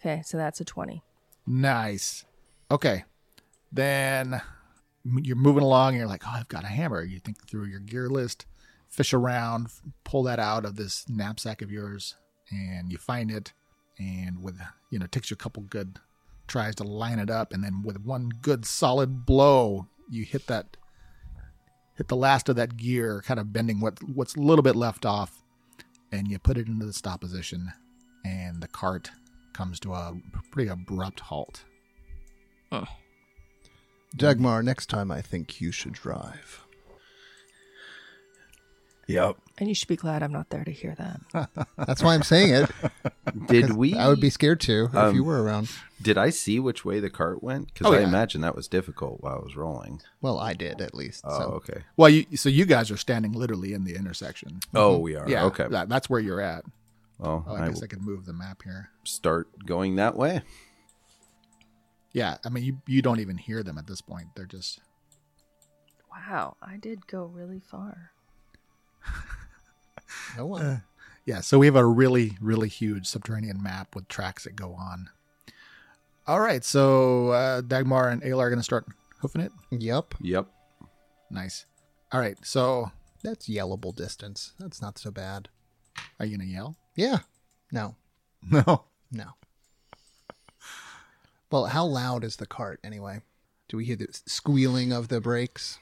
Speaker 2: Okay, so that's a 20.
Speaker 1: Nice. Okay. Then m- you're moving along. And you're like, oh, I've got a hammer. You think through your gear list, fish around, f- pull that out of this knapsack of yours, and you find it. And with you know, it takes you a couple good tries to line it up, and then with one good solid blow, you hit that, hit the last of that gear, kind of bending what what's a little bit left off, and you put it into the stop position, and the cart comes to a pretty abrupt halt.
Speaker 5: Dagmar, next time I think you should drive.
Speaker 3: Yep.
Speaker 2: And you should be glad I'm not there to hear that.
Speaker 5: That's why I'm saying it.
Speaker 3: Did we?
Speaker 5: I would be scared too if you were around.
Speaker 3: Did I see which way the cart went? Because
Speaker 1: Oh,
Speaker 3: I
Speaker 1: yeah.
Speaker 3: imagine that was difficult while I was rolling.
Speaker 5: Well, I did at least.
Speaker 3: Oh,
Speaker 5: so.
Speaker 3: okay.
Speaker 1: Well, you, so you guys are standing literally in the intersection.
Speaker 3: Oh, we are.
Speaker 1: Yeah.
Speaker 3: Okay.
Speaker 1: that- that's where you're at.
Speaker 3: Well,
Speaker 1: Oh, I,
Speaker 3: I,
Speaker 1: guess
Speaker 3: will
Speaker 1: I could move the map here.
Speaker 3: start going that way.
Speaker 1: Yeah. I mean, you, you don't even hear them at this point. They're just.
Speaker 2: Wow, I did go really far.
Speaker 5: No one.
Speaker 1: Yeah. So we have a really, really huge subterranean map with tracks that go on. All right. So uh, Dagmar and Ayla are going to start hoofing it.
Speaker 5: yep.
Speaker 3: Yep.
Speaker 1: Nice. All right. So
Speaker 5: That's yellable distance. That's not so bad.
Speaker 1: are you going to yell?
Speaker 5: Yeah. No.
Speaker 1: No.
Speaker 5: No. Well, how loud is the cart anyway? Do we hear the squealing of the brakes?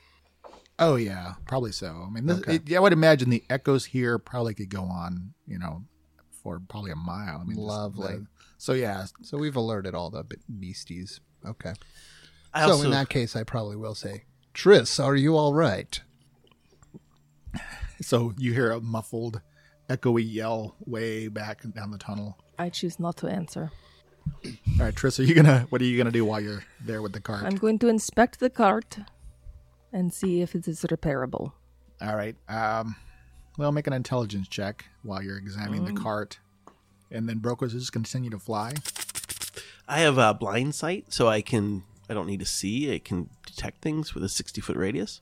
Speaker 1: Oh yeah, probably so. I mean, this,
Speaker 5: Okay.
Speaker 1: it- yeah, I would imagine the echoes here probably could go on, you know, for probably a mile. I mean, just
Speaker 5: Lovely.
Speaker 1: the- so yeah, (laughs)
Speaker 5: So we've alerted all the be- beasties. Okay.
Speaker 4: I
Speaker 5: so
Speaker 4: also
Speaker 5: in that case, I probably will say, Tris, are you all right?
Speaker 1: so you hear a muffled, echoey yell way back down the tunnel.
Speaker 2: I choose not to answer.
Speaker 1: All right, Tris, are you gonna? What are you gonna do while you're there with the cart?
Speaker 2: I'm going to inspect the cart and see if it is repairable.
Speaker 1: All right. Um, well, make an intelligence check while you're examining the cart, and then Brokos is just continue to fly. (laughs)
Speaker 4: I have a blind sight, so I can I don't need to see. I can detect things with a sixty foot radius.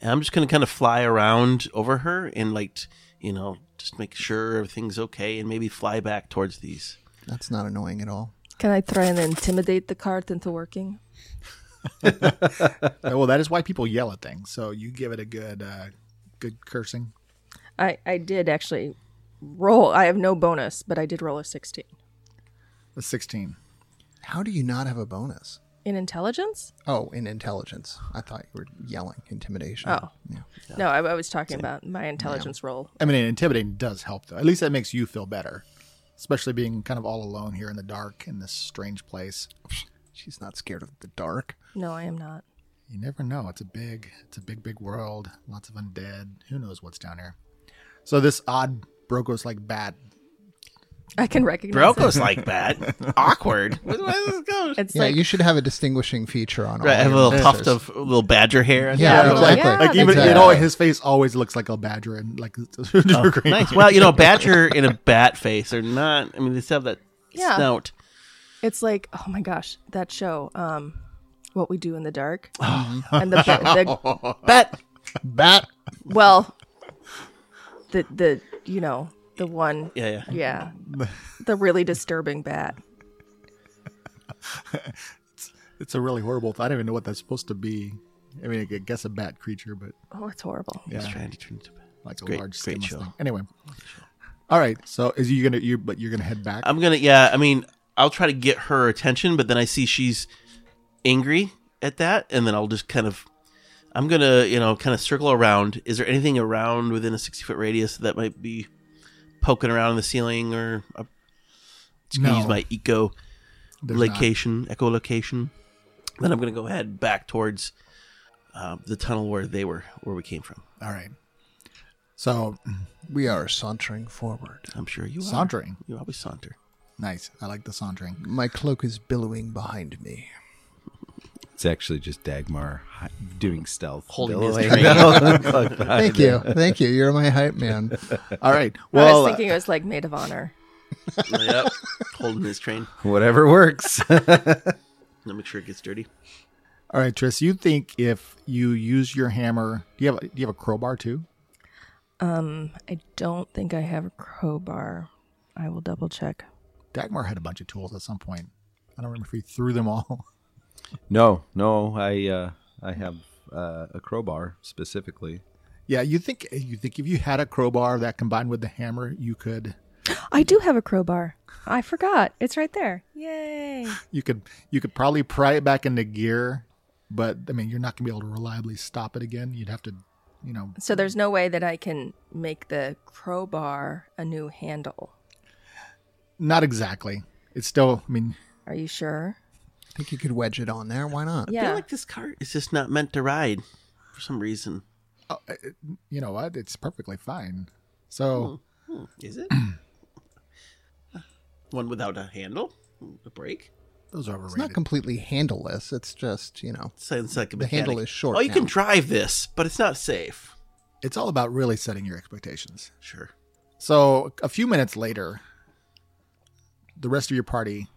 Speaker 4: And I'm just gonna kind of fly around over her and like t- you know just make sure everything's okay and maybe fly back towards these.
Speaker 5: That's not annoying at all.
Speaker 2: Can I try and intimidate the cart into working?
Speaker 1: Uh, well, that is why people yell at things. So you give it a good, uh, good cursing.
Speaker 2: I, I did actually roll. I have no bonus, but I did roll a 16.
Speaker 1: A sixteen.
Speaker 5: How do you not have a bonus?
Speaker 2: In intelligence?
Speaker 5: Oh, in intelligence. I thought you were yelling intimidation.
Speaker 2: Oh.
Speaker 5: Yeah.
Speaker 2: No, I, I was talking about my intelligence roll.
Speaker 1: I mean, intimidating does help, though. At least that makes you feel better, especially being kind of all alone here in the dark in this strange place.
Speaker 5: She's not scared of the dark.
Speaker 2: No, I am not.
Speaker 1: You never know. It's a big, it's a big, big world. Lots of undead. Who knows what's down here? So this odd Brokos like bat.
Speaker 2: I can recognize it.
Speaker 4: Broco's like that. (laughs) Awkward. Where does this go?
Speaker 2: It's
Speaker 5: yeah,
Speaker 2: like
Speaker 5: you should have a distinguishing feature on all
Speaker 4: Right, I have a
Speaker 5: your
Speaker 4: little
Speaker 5: monsters.
Speaker 4: tuft of little badger hair. on
Speaker 5: Yeah,
Speaker 4: the-
Speaker 1: Yeah,
Speaker 5: exactly.
Speaker 2: yeah,
Speaker 1: Like even
Speaker 5: Exactly.
Speaker 1: you know his face always looks like a badger and like (laughs) green.
Speaker 4: Nice. Well, you know, a badger and a bat face are not. I mean, they still have that
Speaker 2: Yeah.
Speaker 4: snout.
Speaker 2: it's like oh my gosh, that show, um, what we do in the dark, and the, the
Speaker 4: Bat.
Speaker 5: bat.
Speaker 2: well, the the you know the one
Speaker 4: Yeah, yeah.
Speaker 2: yeah the really disturbing bat.
Speaker 1: (laughs) It's a really horrible. I don't even know what that's supposed to be. I mean, I could guess a bat creature, but
Speaker 2: Oh, it's horrible.
Speaker 4: He's trying to turn into a bat.
Speaker 1: like a
Speaker 4: Great-
Speaker 1: large
Speaker 4: great
Speaker 1: stemless
Speaker 4: show.
Speaker 1: thing. Anyway, all right. So is you gonna you but you're gonna head back?
Speaker 4: I'm gonna. Yeah, I mean, I'll try to get her attention, but then I see she's angry at that, and then I'll just kind of. I'm gonna, you know, kind of circle around. Is there anything around within a 60 foot radius that might be poking around in the ceiling or? Up? Just gonna
Speaker 1: No.
Speaker 4: use my eco
Speaker 1: There's not.
Speaker 4: location, echolocation. Then I'm gonna go ahead back towards uh, the tunnel where they were, where we came from.
Speaker 1: All right. So
Speaker 5: We are sauntering forward.
Speaker 4: I'm sure you are.
Speaker 1: sauntering.
Speaker 4: You always saunter.
Speaker 1: Nice. I like the sauntering.
Speaker 5: My cloak is billowing behind me.
Speaker 3: It's actually just Dagmar hi- doing stealth.
Speaker 4: Holding
Speaker 3: Bill-
Speaker 4: his train.
Speaker 3: (laughs)
Speaker 5: Thank you. Thank you. You're my
Speaker 4: (laughs)
Speaker 5: hype man.
Speaker 1: All right.
Speaker 2: I was
Speaker 1: Well,
Speaker 2: thinking it was like maid of honor.
Speaker 4: yep. Holding his train.
Speaker 3: Whatever works. (laughs)
Speaker 4: Now make sure it gets dirty.
Speaker 1: uh, all right, Tris. You think if you use your hammer, do you have a, do you have a crowbar too?
Speaker 2: I don't think I have a crowbar. I will double check.
Speaker 1: Dagmar had a bunch of tools at some point. I don't remember if he threw them all. (laughs)
Speaker 3: no, no, I uh, I have uh, a crowbar specifically.
Speaker 1: yeah, you think you think if you had a crowbar that combined with the hammer, you could
Speaker 2: I do have a crowbar. I forgot. It's right there. Yay.
Speaker 1: you could you could probably pry it back into gear, but I mean you're not gonna be able to reliably stop it again. You'd have to, you know,
Speaker 2: So there's no way that I can make the crowbar a new handle.
Speaker 1: not exactly. It's still. I mean,
Speaker 2: Are you sure?
Speaker 5: I think you could wedge it on there. Why not?
Speaker 4: I
Speaker 2: Yeah.
Speaker 4: feel like this cart is just not meant to ride for some reason.
Speaker 1: you know what? It's perfectly fine. So
Speaker 4: Hmm, Is it? (clears throat) One without a handle? A brake?
Speaker 1: those are
Speaker 5: It's
Speaker 1: overrated.
Speaker 5: not completely handleless. It's just, you know,
Speaker 4: Sounds like a
Speaker 5: The handle
Speaker 4: mechanic.
Speaker 5: is short
Speaker 4: Oh, you can
Speaker 5: now.
Speaker 4: drive this, but it's not safe.
Speaker 1: it's all about really setting your expectations.
Speaker 4: Sure.
Speaker 1: So a few minutes later, the rest of your party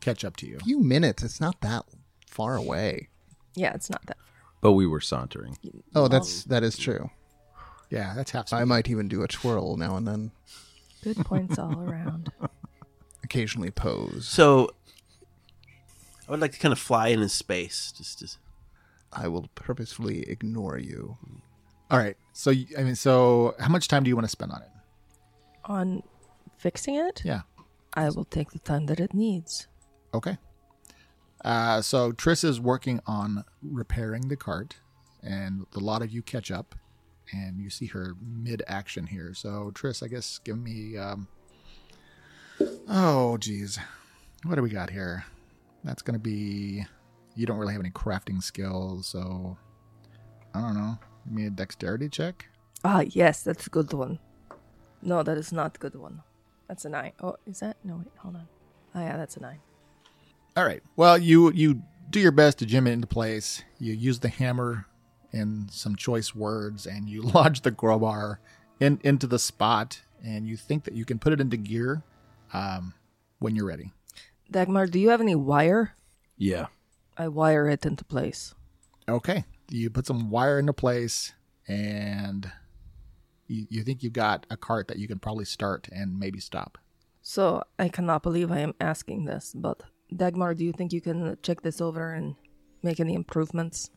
Speaker 1: catch up to you.
Speaker 5: a few minutes. It's not that far away.
Speaker 2: yeah, it's not that.
Speaker 3: But we were sauntering.
Speaker 5: Oh, that's that is true.
Speaker 1: Yeah, that's half.
Speaker 5: I
Speaker 1: speed.
Speaker 5: might even do a twirl now and then.
Speaker 2: Good points (laughs) all around.
Speaker 5: Occasionally pose.
Speaker 4: So I would like to kind of fly in in space. Just, just
Speaker 5: I will purposefully ignore you.
Speaker 1: All right. So you- I mean, so how much time do you want to spend on it?
Speaker 2: On fixing it,
Speaker 1: Yeah.
Speaker 2: I will take the time that it needs.
Speaker 1: Okay. Uh, so Triss is working on repairing the cart, and the lot of you catch up, and you see her mid-action here. So Triss, I guess, give me. Um, oh, geez, what do we got here? That's gonna be. You don't really have any crafting skills, so I don't know. Give me a dexterity check.
Speaker 2: Ah, yes, that's a good one. No, that is not a good one. That's a nine. Oh, is that? No, wait, hold on. Oh, yeah, that's a nine.
Speaker 1: All right. Well, you you do your best to jam it into place. You use the hammer and some choice words, and you (laughs) lodge the crowbar in into the spot. And you think that you can put it into gear um, when you're ready.
Speaker 2: Dagmar, do you have any wire?
Speaker 3: Yeah.
Speaker 2: I wire it into place.
Speaker 1: Okay. You put some wire into place, and you, you think you've got a cart that you can probably start and maybe stop.
Speaker 2: So I cannot believe I am asking this, but Dagmar, do you think you can check this over and make any improvements?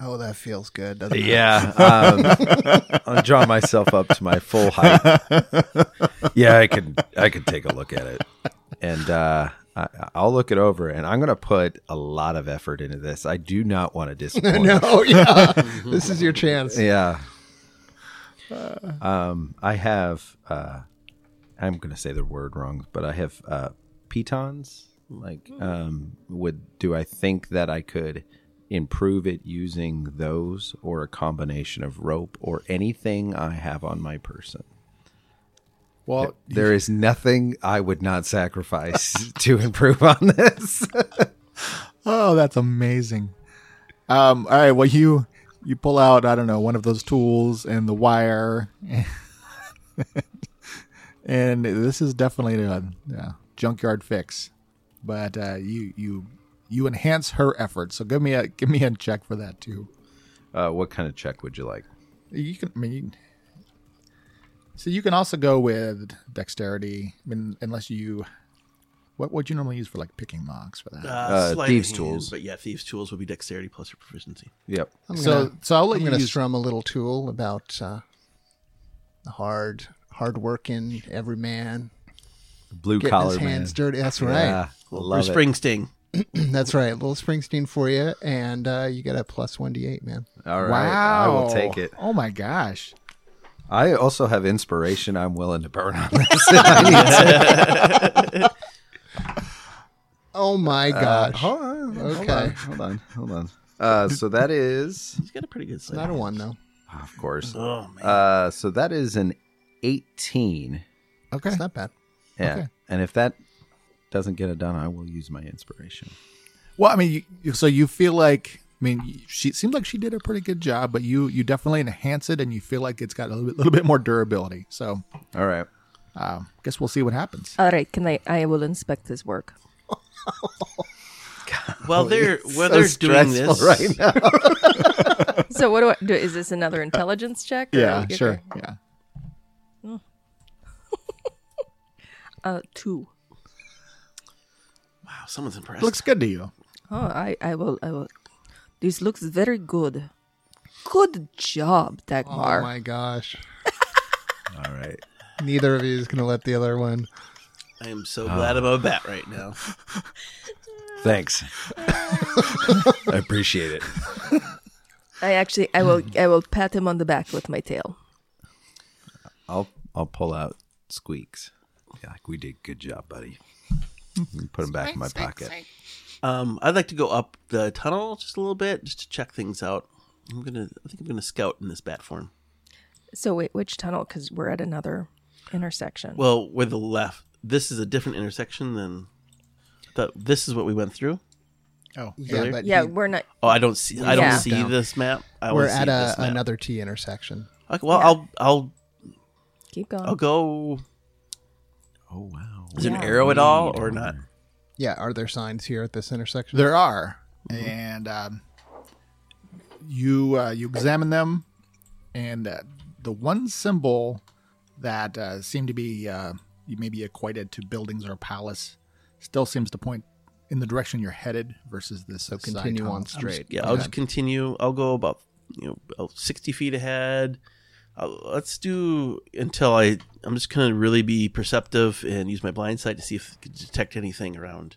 Speaker 5: Oh, that feels good, doesn't it?
Speaker 3: Yeah. Um, I'll draw myself up to my full height. Yeah, I can I can take a look at it. And uh I, I'll look it over and I'm gonna put a lot of effort into this. I do not want to disappoint.
Speaker 5: (laughs) Oh yeah. this is your chance.
Speaker 3: Yeah. Um I have uh I'm gonna say the word wrong, but I have
Speaker 5: Hmm.
Speaker 3: uh pitons. Like um would do I think that I could improve it using those or a combination of rope or anything I have on my person.
Speaker 1: Well,
Speaker 3: There is nothing I would not (laughs) sacrifice to improve on this.
Speaker 1: Oh, that's amazing. Um, all right, well you you pull out I don't know one of those tools and the wire, (laughs) and this is definitely a, a junkyard fix. But uh, you you you enhance her effort, so give me a give me a check for that too.
Speaker 3: Uh, what kind of check would you like?
Speaker 1: You can I mean. You, so you can also go with dexterity, I mean, unless you. What would you normally use for like picking locks for that?
Speaker 3: Uh,
Speaker 4: sleight of
Speaker 3: thieves'
Speaker 4: hand,
Speaker 3: tools.
Speaker 4: But yeah, thieves' tools would be dexterity plus your proficiency.
Speaker 3: Yep.
Speaker 5: I'm
Speaker 1: so
Speaker 5: gonna,
Speaker 1: so I'll let
Speaker 5: I'm
Speaker 1: you
Speaker 5: going to
Speaker 1: use
Speaker 5: strum a little tool about uh, the hard, hard working every man
Speaker 3: Blue
Speaker 5: getting
Speaker 3: collar
Speaker 5: his hands
Speaker 3: man.
Speaker 5: dirty. That's
Speaker 3: Yeah,
Speaker 5: right.
Speaker 4: Or
Speaker 3: love it.
Speaker 4: spring sting.
Speaker 5: (clears throat) That's right. little Springsteen for you, and uh, you get a plus one d eight, man.
Speaker 3: All right,
Speaker 1: Wow.
Speaker 3: I will take it.
Speaker 1: Oh my gosh.
Speaker 3: I also have inspiration. I'm willing to burn on (laughs) this.
Speaker 5: Oh my
Speaker 3: Uh,
Speaker 5: gosh!
Speaker 3: hold on. Hold
Speaker 5: Okay.
Speaker 3: on. Hold on. Hold (laughs) on. Uh, so that is,
Speaker 4: He's got a pretty good sleight.
Speaker 5: Not a one though.
Speaker 3: of course.
Speaker 4: Oh man.
Speaker 3: Uh, so that is an 18.
Speaker 1: Okay.
Speaker 5: It's not bad.
Speaker 3: Yeah.
Speaker 1: Okay.
Speaker 3: And if that doesn't get it done, I will use my inspiration.
Speaker 1: Well, I mean, you- you, so you feel like I mean, she it seemed like she did a pretty good job, but you you definitely enhance it, and you feel like it's got a little bit, little bit more durability. So,
Speaker 3: All right.
Speaker 1: uh, guess we'll see what happens.
Speaker 2: All right, can I? I will inspect his work.
Speaker 4: While they're while
Speaker 3: so
Speaker 4: they're doing
Speaker 3: stressful
Speaker 4: this,
Speaker 3: right now.
Speaker 2: So what do I do? Is this another intelligence check? or-
Speaker 1: yeah,
Speaker 2: okay.
Speaker 1: sure. Yeah.
Speaker 2: Uh, two.
Speaker 4: wow, someone's impressed.
Speaker 1: Looks good to you.
Speaker 2: Oh, I, I will, I will. This looks very good. Good job, Dagmar.
Speaker 5: Oh my gosh!
Speaker 3: All right.
Speaker 5: Neither of you is going to let the other one.
Speaker 4: I am so glad I'm a bat right now.
Speaker 3: (laughs) Thanks. I appreciate it.
Speaker 2: I actually, I will, I will pat him on the back with my tail.
Speaker 3: I'll I'll pull out squeaks. Yeah, like we did good job, buddy. And Put them back in my pocket.
Speaker 4: Um, I'd like to go up the tunnel just a little bit, just to check things out. I'm gonna. I think I'm gonna scout in this bat form.
Speaker 2: So wait, which tunnel? Because we're at another intersection.
Speaker 4: Well, with the left, this is a different intersection than. I thought this is what we went through.
Speaker 1: Oh,
Speaker 5: Yeah, but
Speaker 2: yeah,
Speaker 5: he-
Speaker 2: we're not.
Speaker 4: Oh, I don't see. I don't
Speaker 2: Yeah.
Speaker 4: see
Speaker 5: Down.
Speaker 4: this map. I
Speaker 5: we're
Speaker 4: wanna
Speaker 5: at
Speaker 4: see
Speaker 5: a,
Speaker 4: this map.
Speaker 5: another T intersection.
Speaker 4: Okay, well, I'll I'll
Speaker 2: Keep going.
Speaker 4: I'll go.
Speaker 3: Oh wow.
Speaker 4: Is it an arrow at all or not?
Speaker 5: Yeah, are there signs here at this intersection?
Speaker 1: There are,
Speaker 5: Mm-hmm.
Speaker 1: and um, you uh, you examine them, and uh, the one symbol that uh, seemed to be uh, maybe equated to buildings or palace still seems to point in the direction you're headed versus this. So
Speaker 5: continue on straight.
Speaker 4: Yeah, I'll just continue. I'll go about you know about sixty feet ahead. I'll, let's do until I. I'm just gonna really be perceptive and use my blind sight to see if I can detect anything around.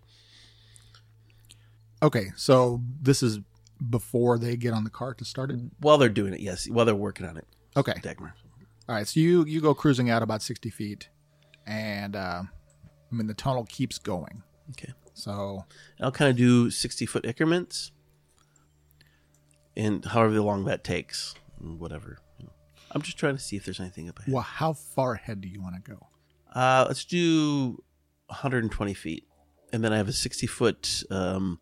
Speaker 1: Okay, so this is before they get on the car to start it.
Speaker 4: While they're doing it, yes. While they're working on it,
Speaker 1: Okay,
Speaker 4: Dagmar.
Speaker 1: all right. So you you go cruising out about sixty feet, and uh, I mean the tunnel keeps going.
Speaker 4: Okay.
Speaker 1: So
Speaker 4: I'll kind of do sixty foot increments, and however long that takes, whatever. I'm just trying to see if there's anything up ahead.
Speaker 1: well, how far ahead do you want to go?
Speaker 4: Uh, let's do 120 feet, and then I have a 60 foot um,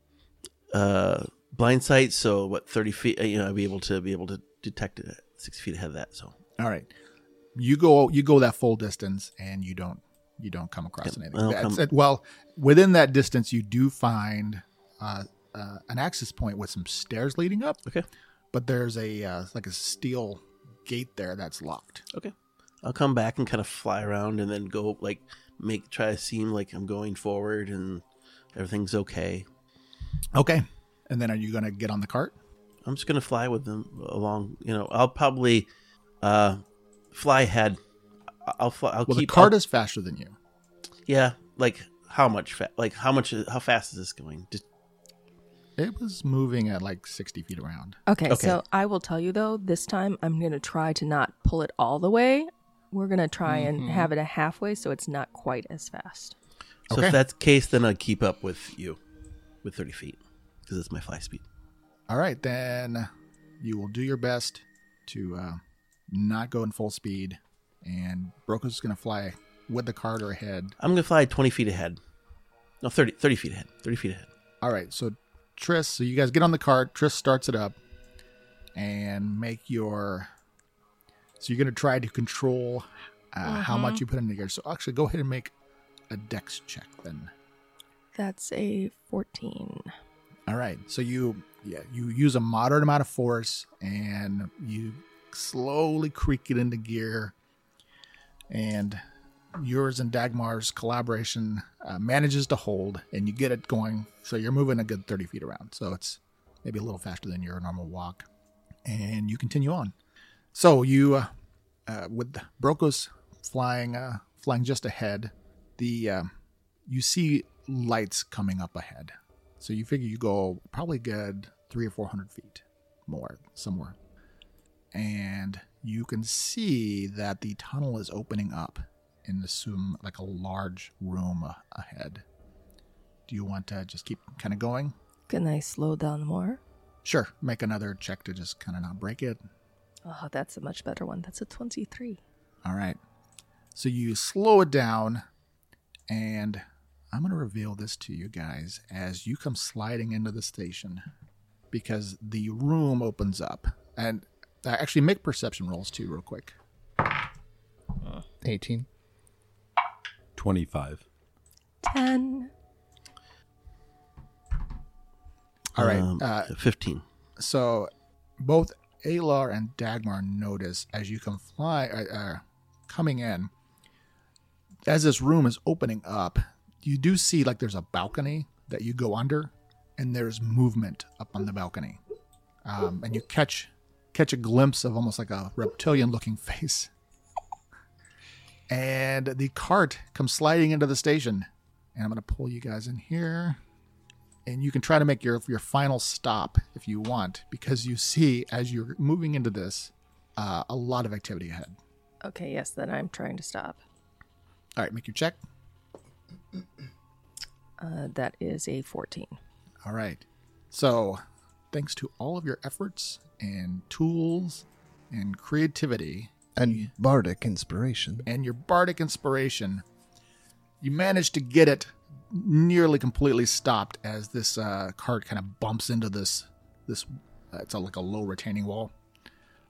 Speaker 4: uh, blind sight. So what, 30 feet? uh, You know, I'll be able to be able to detect it at 60 feet ahead of that. So
Speaker 1: All right, you go you go that full distance, and you don't you don't come across
Speaker 4: Yeah, I
Speaker 1: anything.
Speaker 4: don't
Speaker 1: That's
Speaker 4: come-
Speaker 1: it. Well, within that distance, you do find uh, uh, an access point with some stairs leading up.
Speaker 4: Okay.
Speaker 1: but there's a uh, like a steel gate there that's locked.
Speaker 4: okay, I'll come back and kind of fly around, and then go like make try to seem like I'm going forward and everything's okay.
Speaker 1: Okay, and then are you going to get on the cart?
Speaker 4: I'm just gonna fly with them along. You know, I'll probably uh, fly ahead. I- I'll fly. I'll
Speaker 1: Well,
Speaker 4: keep
Speaker 1: the cart
Speaker 4: I'll-
Speaker 1: is faster than you.
Speaker 4: Yeah, like how much? Fa- like how much? How fast is this going? Just
Speaker 1: It was moving at like 60 feet around.
Speaker 2: Okay,
Speaker 4: Okay.
Speaker 2: so I will tell you though, this time I'm going to try to not pull it all the way. We're going to try and have it a halfway so it's not quite as fast.
Speaker 4: So
Speaker 1: Okay.
Speaker 4: if that's the case, then I'd keep up with you with 30 feet because that's my fly speed.
Speaker 1: All right, then you will do your best to uh, not go in full speed, and Broca's is going to fly with the Carter ahead.
Speaker 4: I'm going to fly 20 feet ahead. No, 30, 30 feet ahead. 30 feet ahead.
Speaker 1: All right, so Triss, so you guys get on the cart. Triss starts it up, and make your. So you're going to try to control uh, how much you put in the gear. So actually, go ahead and make a dex check then.
Speaker 2: That's a 14.
Speaker 1: All right. So you yeah, you use a moderate amount of force and you slowly creak it into gear. And yours and Dagmar's collaboration uh, manages to hold and you get it going. So you're moving a good 30 feet around. So it's maybe a little faster than your normal walk. And you continue on. So you, uh, uh, with Brokos flying, uh, flying just ahead, the um you see lights coming up ahead. So you figure you go probably a good three or four hundred feet more somewhere, and you can see that the tunnel is opening up in some like a large room a- ahead. Do you want to just keep kind of going?
Speaker 2: Can I slow down more?
Speaker 1: Sure. Make another check to just kind of not break it.
Speaker 2: Oh, that's a much better one. That's a 23.
Speaker 1: All right. So you slow it down, and I'm going to reveal this to you guys as you come sliding into the station because the room opens up. And uh, actually, make perception rolls too, real quick.
Speaker 5: 18.
Speaker 3: 25.
Speaker 2: 10.
Speaker 1: All right.
Speaker 4: Um,
Speaker 1: uh,
Speaker 4: 15.
Speaker 1: so both Alar and Dagmar notice as you come fly uh, uh, coming in as this room is opening up you do see like there's a balcony that you go under and there's movement up on the balcony um, and you catch catch a glimpse of almost like a reptilian looking (laughs) face and the cart comes sliding into the station and i'm going to pull you guys in here and you can try to make your your final stop if you want, because you see as you're moving into this, uh, a lot of activity ahead.
Speaker 2: Okay, yes, then I'm trying to stop.
Speaker 1: All right, make your check.
Speaker 2: Uh, that is a 14.
Speaker 1: All right. So, thanks to all of your efforts and tools and creativity
Speaker 5: And bardic inspiration.
Speaker 1: and your bardic inspiration, you managed to get it nearly completely stopped as this uh, cart kind of bumps into this this uh, it's a, like a low retaining wall.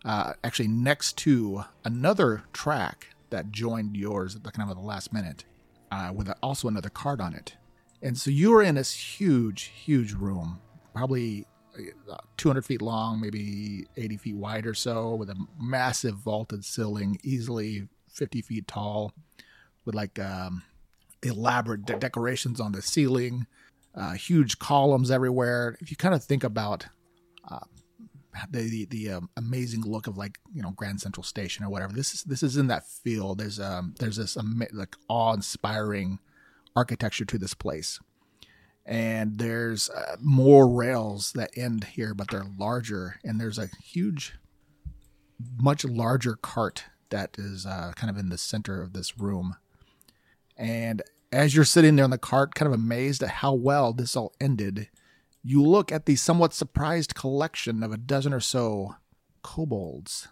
Speaker 1: Uh, actually, next to another track that joined yours at the kind of the last minute, uh, with also another cart on it, and so you were in this huge, huge room, probably uh, 200 feet long, maybe 80 feet wide or so, with a massive vaulted ceiling, easily 50 feet tall, with like um, elaborate de- decorations on the ceiling, uh, huge columns everywhere. If you kind of think about uh, the the, the um, amazing look of like you know Grand Central Station or whatever, this is this is in that feel. There's um there's this ama- like awe inspiring architecture to this place. And there's uh, more rails that end here, but they're larger. And there's a huge much larger cart that is uh, kind of in the center of this room. And as you're sitting there on the cart, kind of amazed at how well this all ended, you look at the somewhat surprised collection of a dozen or so kobolds,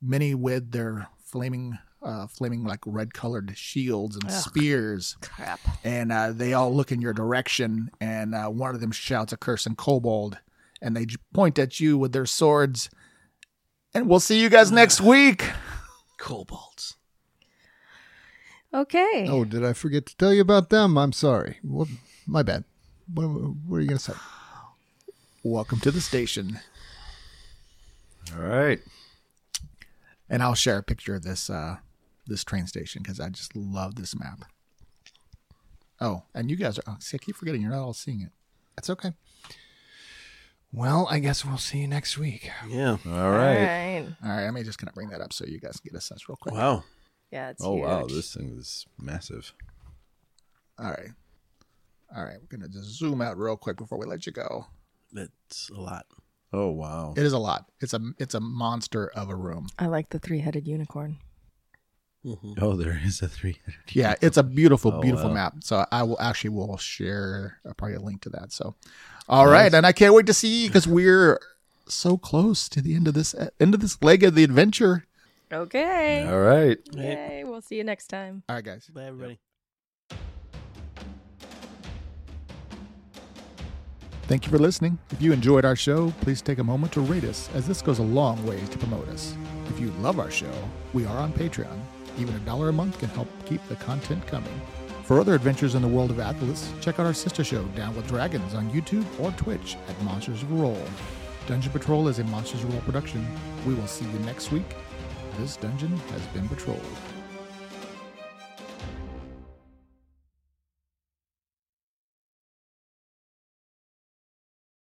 Speaker 1: many with their flaming, uh, flaming like red colored shields and spears
Speaker 2: Crap.
Speaker 1: and uh, they all look in your direction, and uh, one of them shouts a curse in kobold, and they j- point at you with their swords. And we'll see you guys next week.
Speaker 4: Kobolds.
Speaker 2: Okay.
Speaker 5: Oh, did I forget to tell you about them? I'm sorry. Well, my bad. What, what are you going to say?
Speaker 1: Welcome to the station,
Speaker 3: All right.
Speaker 1: and I'll share a picture of this uh, this train station because I just love this map. Oh, and you guys are oh, see, I keep forgetting you're not all seeing it.
Speaker 5: That's okay. Well, I guess we'll see you next week.
Speaker 4: Yeah.
Speaker 3: All right.
Speaker 2: right.
Speaker 1: All right, let me just kind of bring that up so you guys can get a sense real quick.
Speaker 4: Wow.
Speaker 2: Yeah, it's
Speaker 3: Oh, wow.
Speaker 2: huge.
Speaker 3: This thing is massive.
Speaker 1: All right, all right, we're gonna just zoom out real quick before we let you go.
Speaker 4: That's a lot.
Speaker 3: Oh, wow.
Speaker 1: It is a lot. It's a it's a monster of a room.
Speaker 2: I like the three headed unicorn.
Speaker 3: Oh, there is a three.
Speaker 1: Yeah, it's a beautiful,
Speaker 3: Oh,
Speaker 1: beautiful
Speaker 3: wow.
Speaker 1: map. So I will actually will share uh, probably a link to that. So, all right, and I can't wait to see because we're so close to the end of this end of this leg of the adventure.
Speaker 2: Okay.
Speaker 3: All right.
Speaker 2: Yay. We'll see you next time.
Speaker 1: All right, guys.
Speaker 4: Bye, everybody.
Speaker 1: Thank you for listening. If you enjoyed our show, please take a moment to rate us, as this goes a long ways to promote us. If you love our show, we are on Patreon. Even a dollar a month can help keep the content coming. For other adventures in the world of Atlas, check out our sister show, Down with Dragons, on YouTube or Twitch at Monsters of Roll. Dungeon Patrol is a Monsters of Roll production. We will see you next week. This dungeon has been patrolled.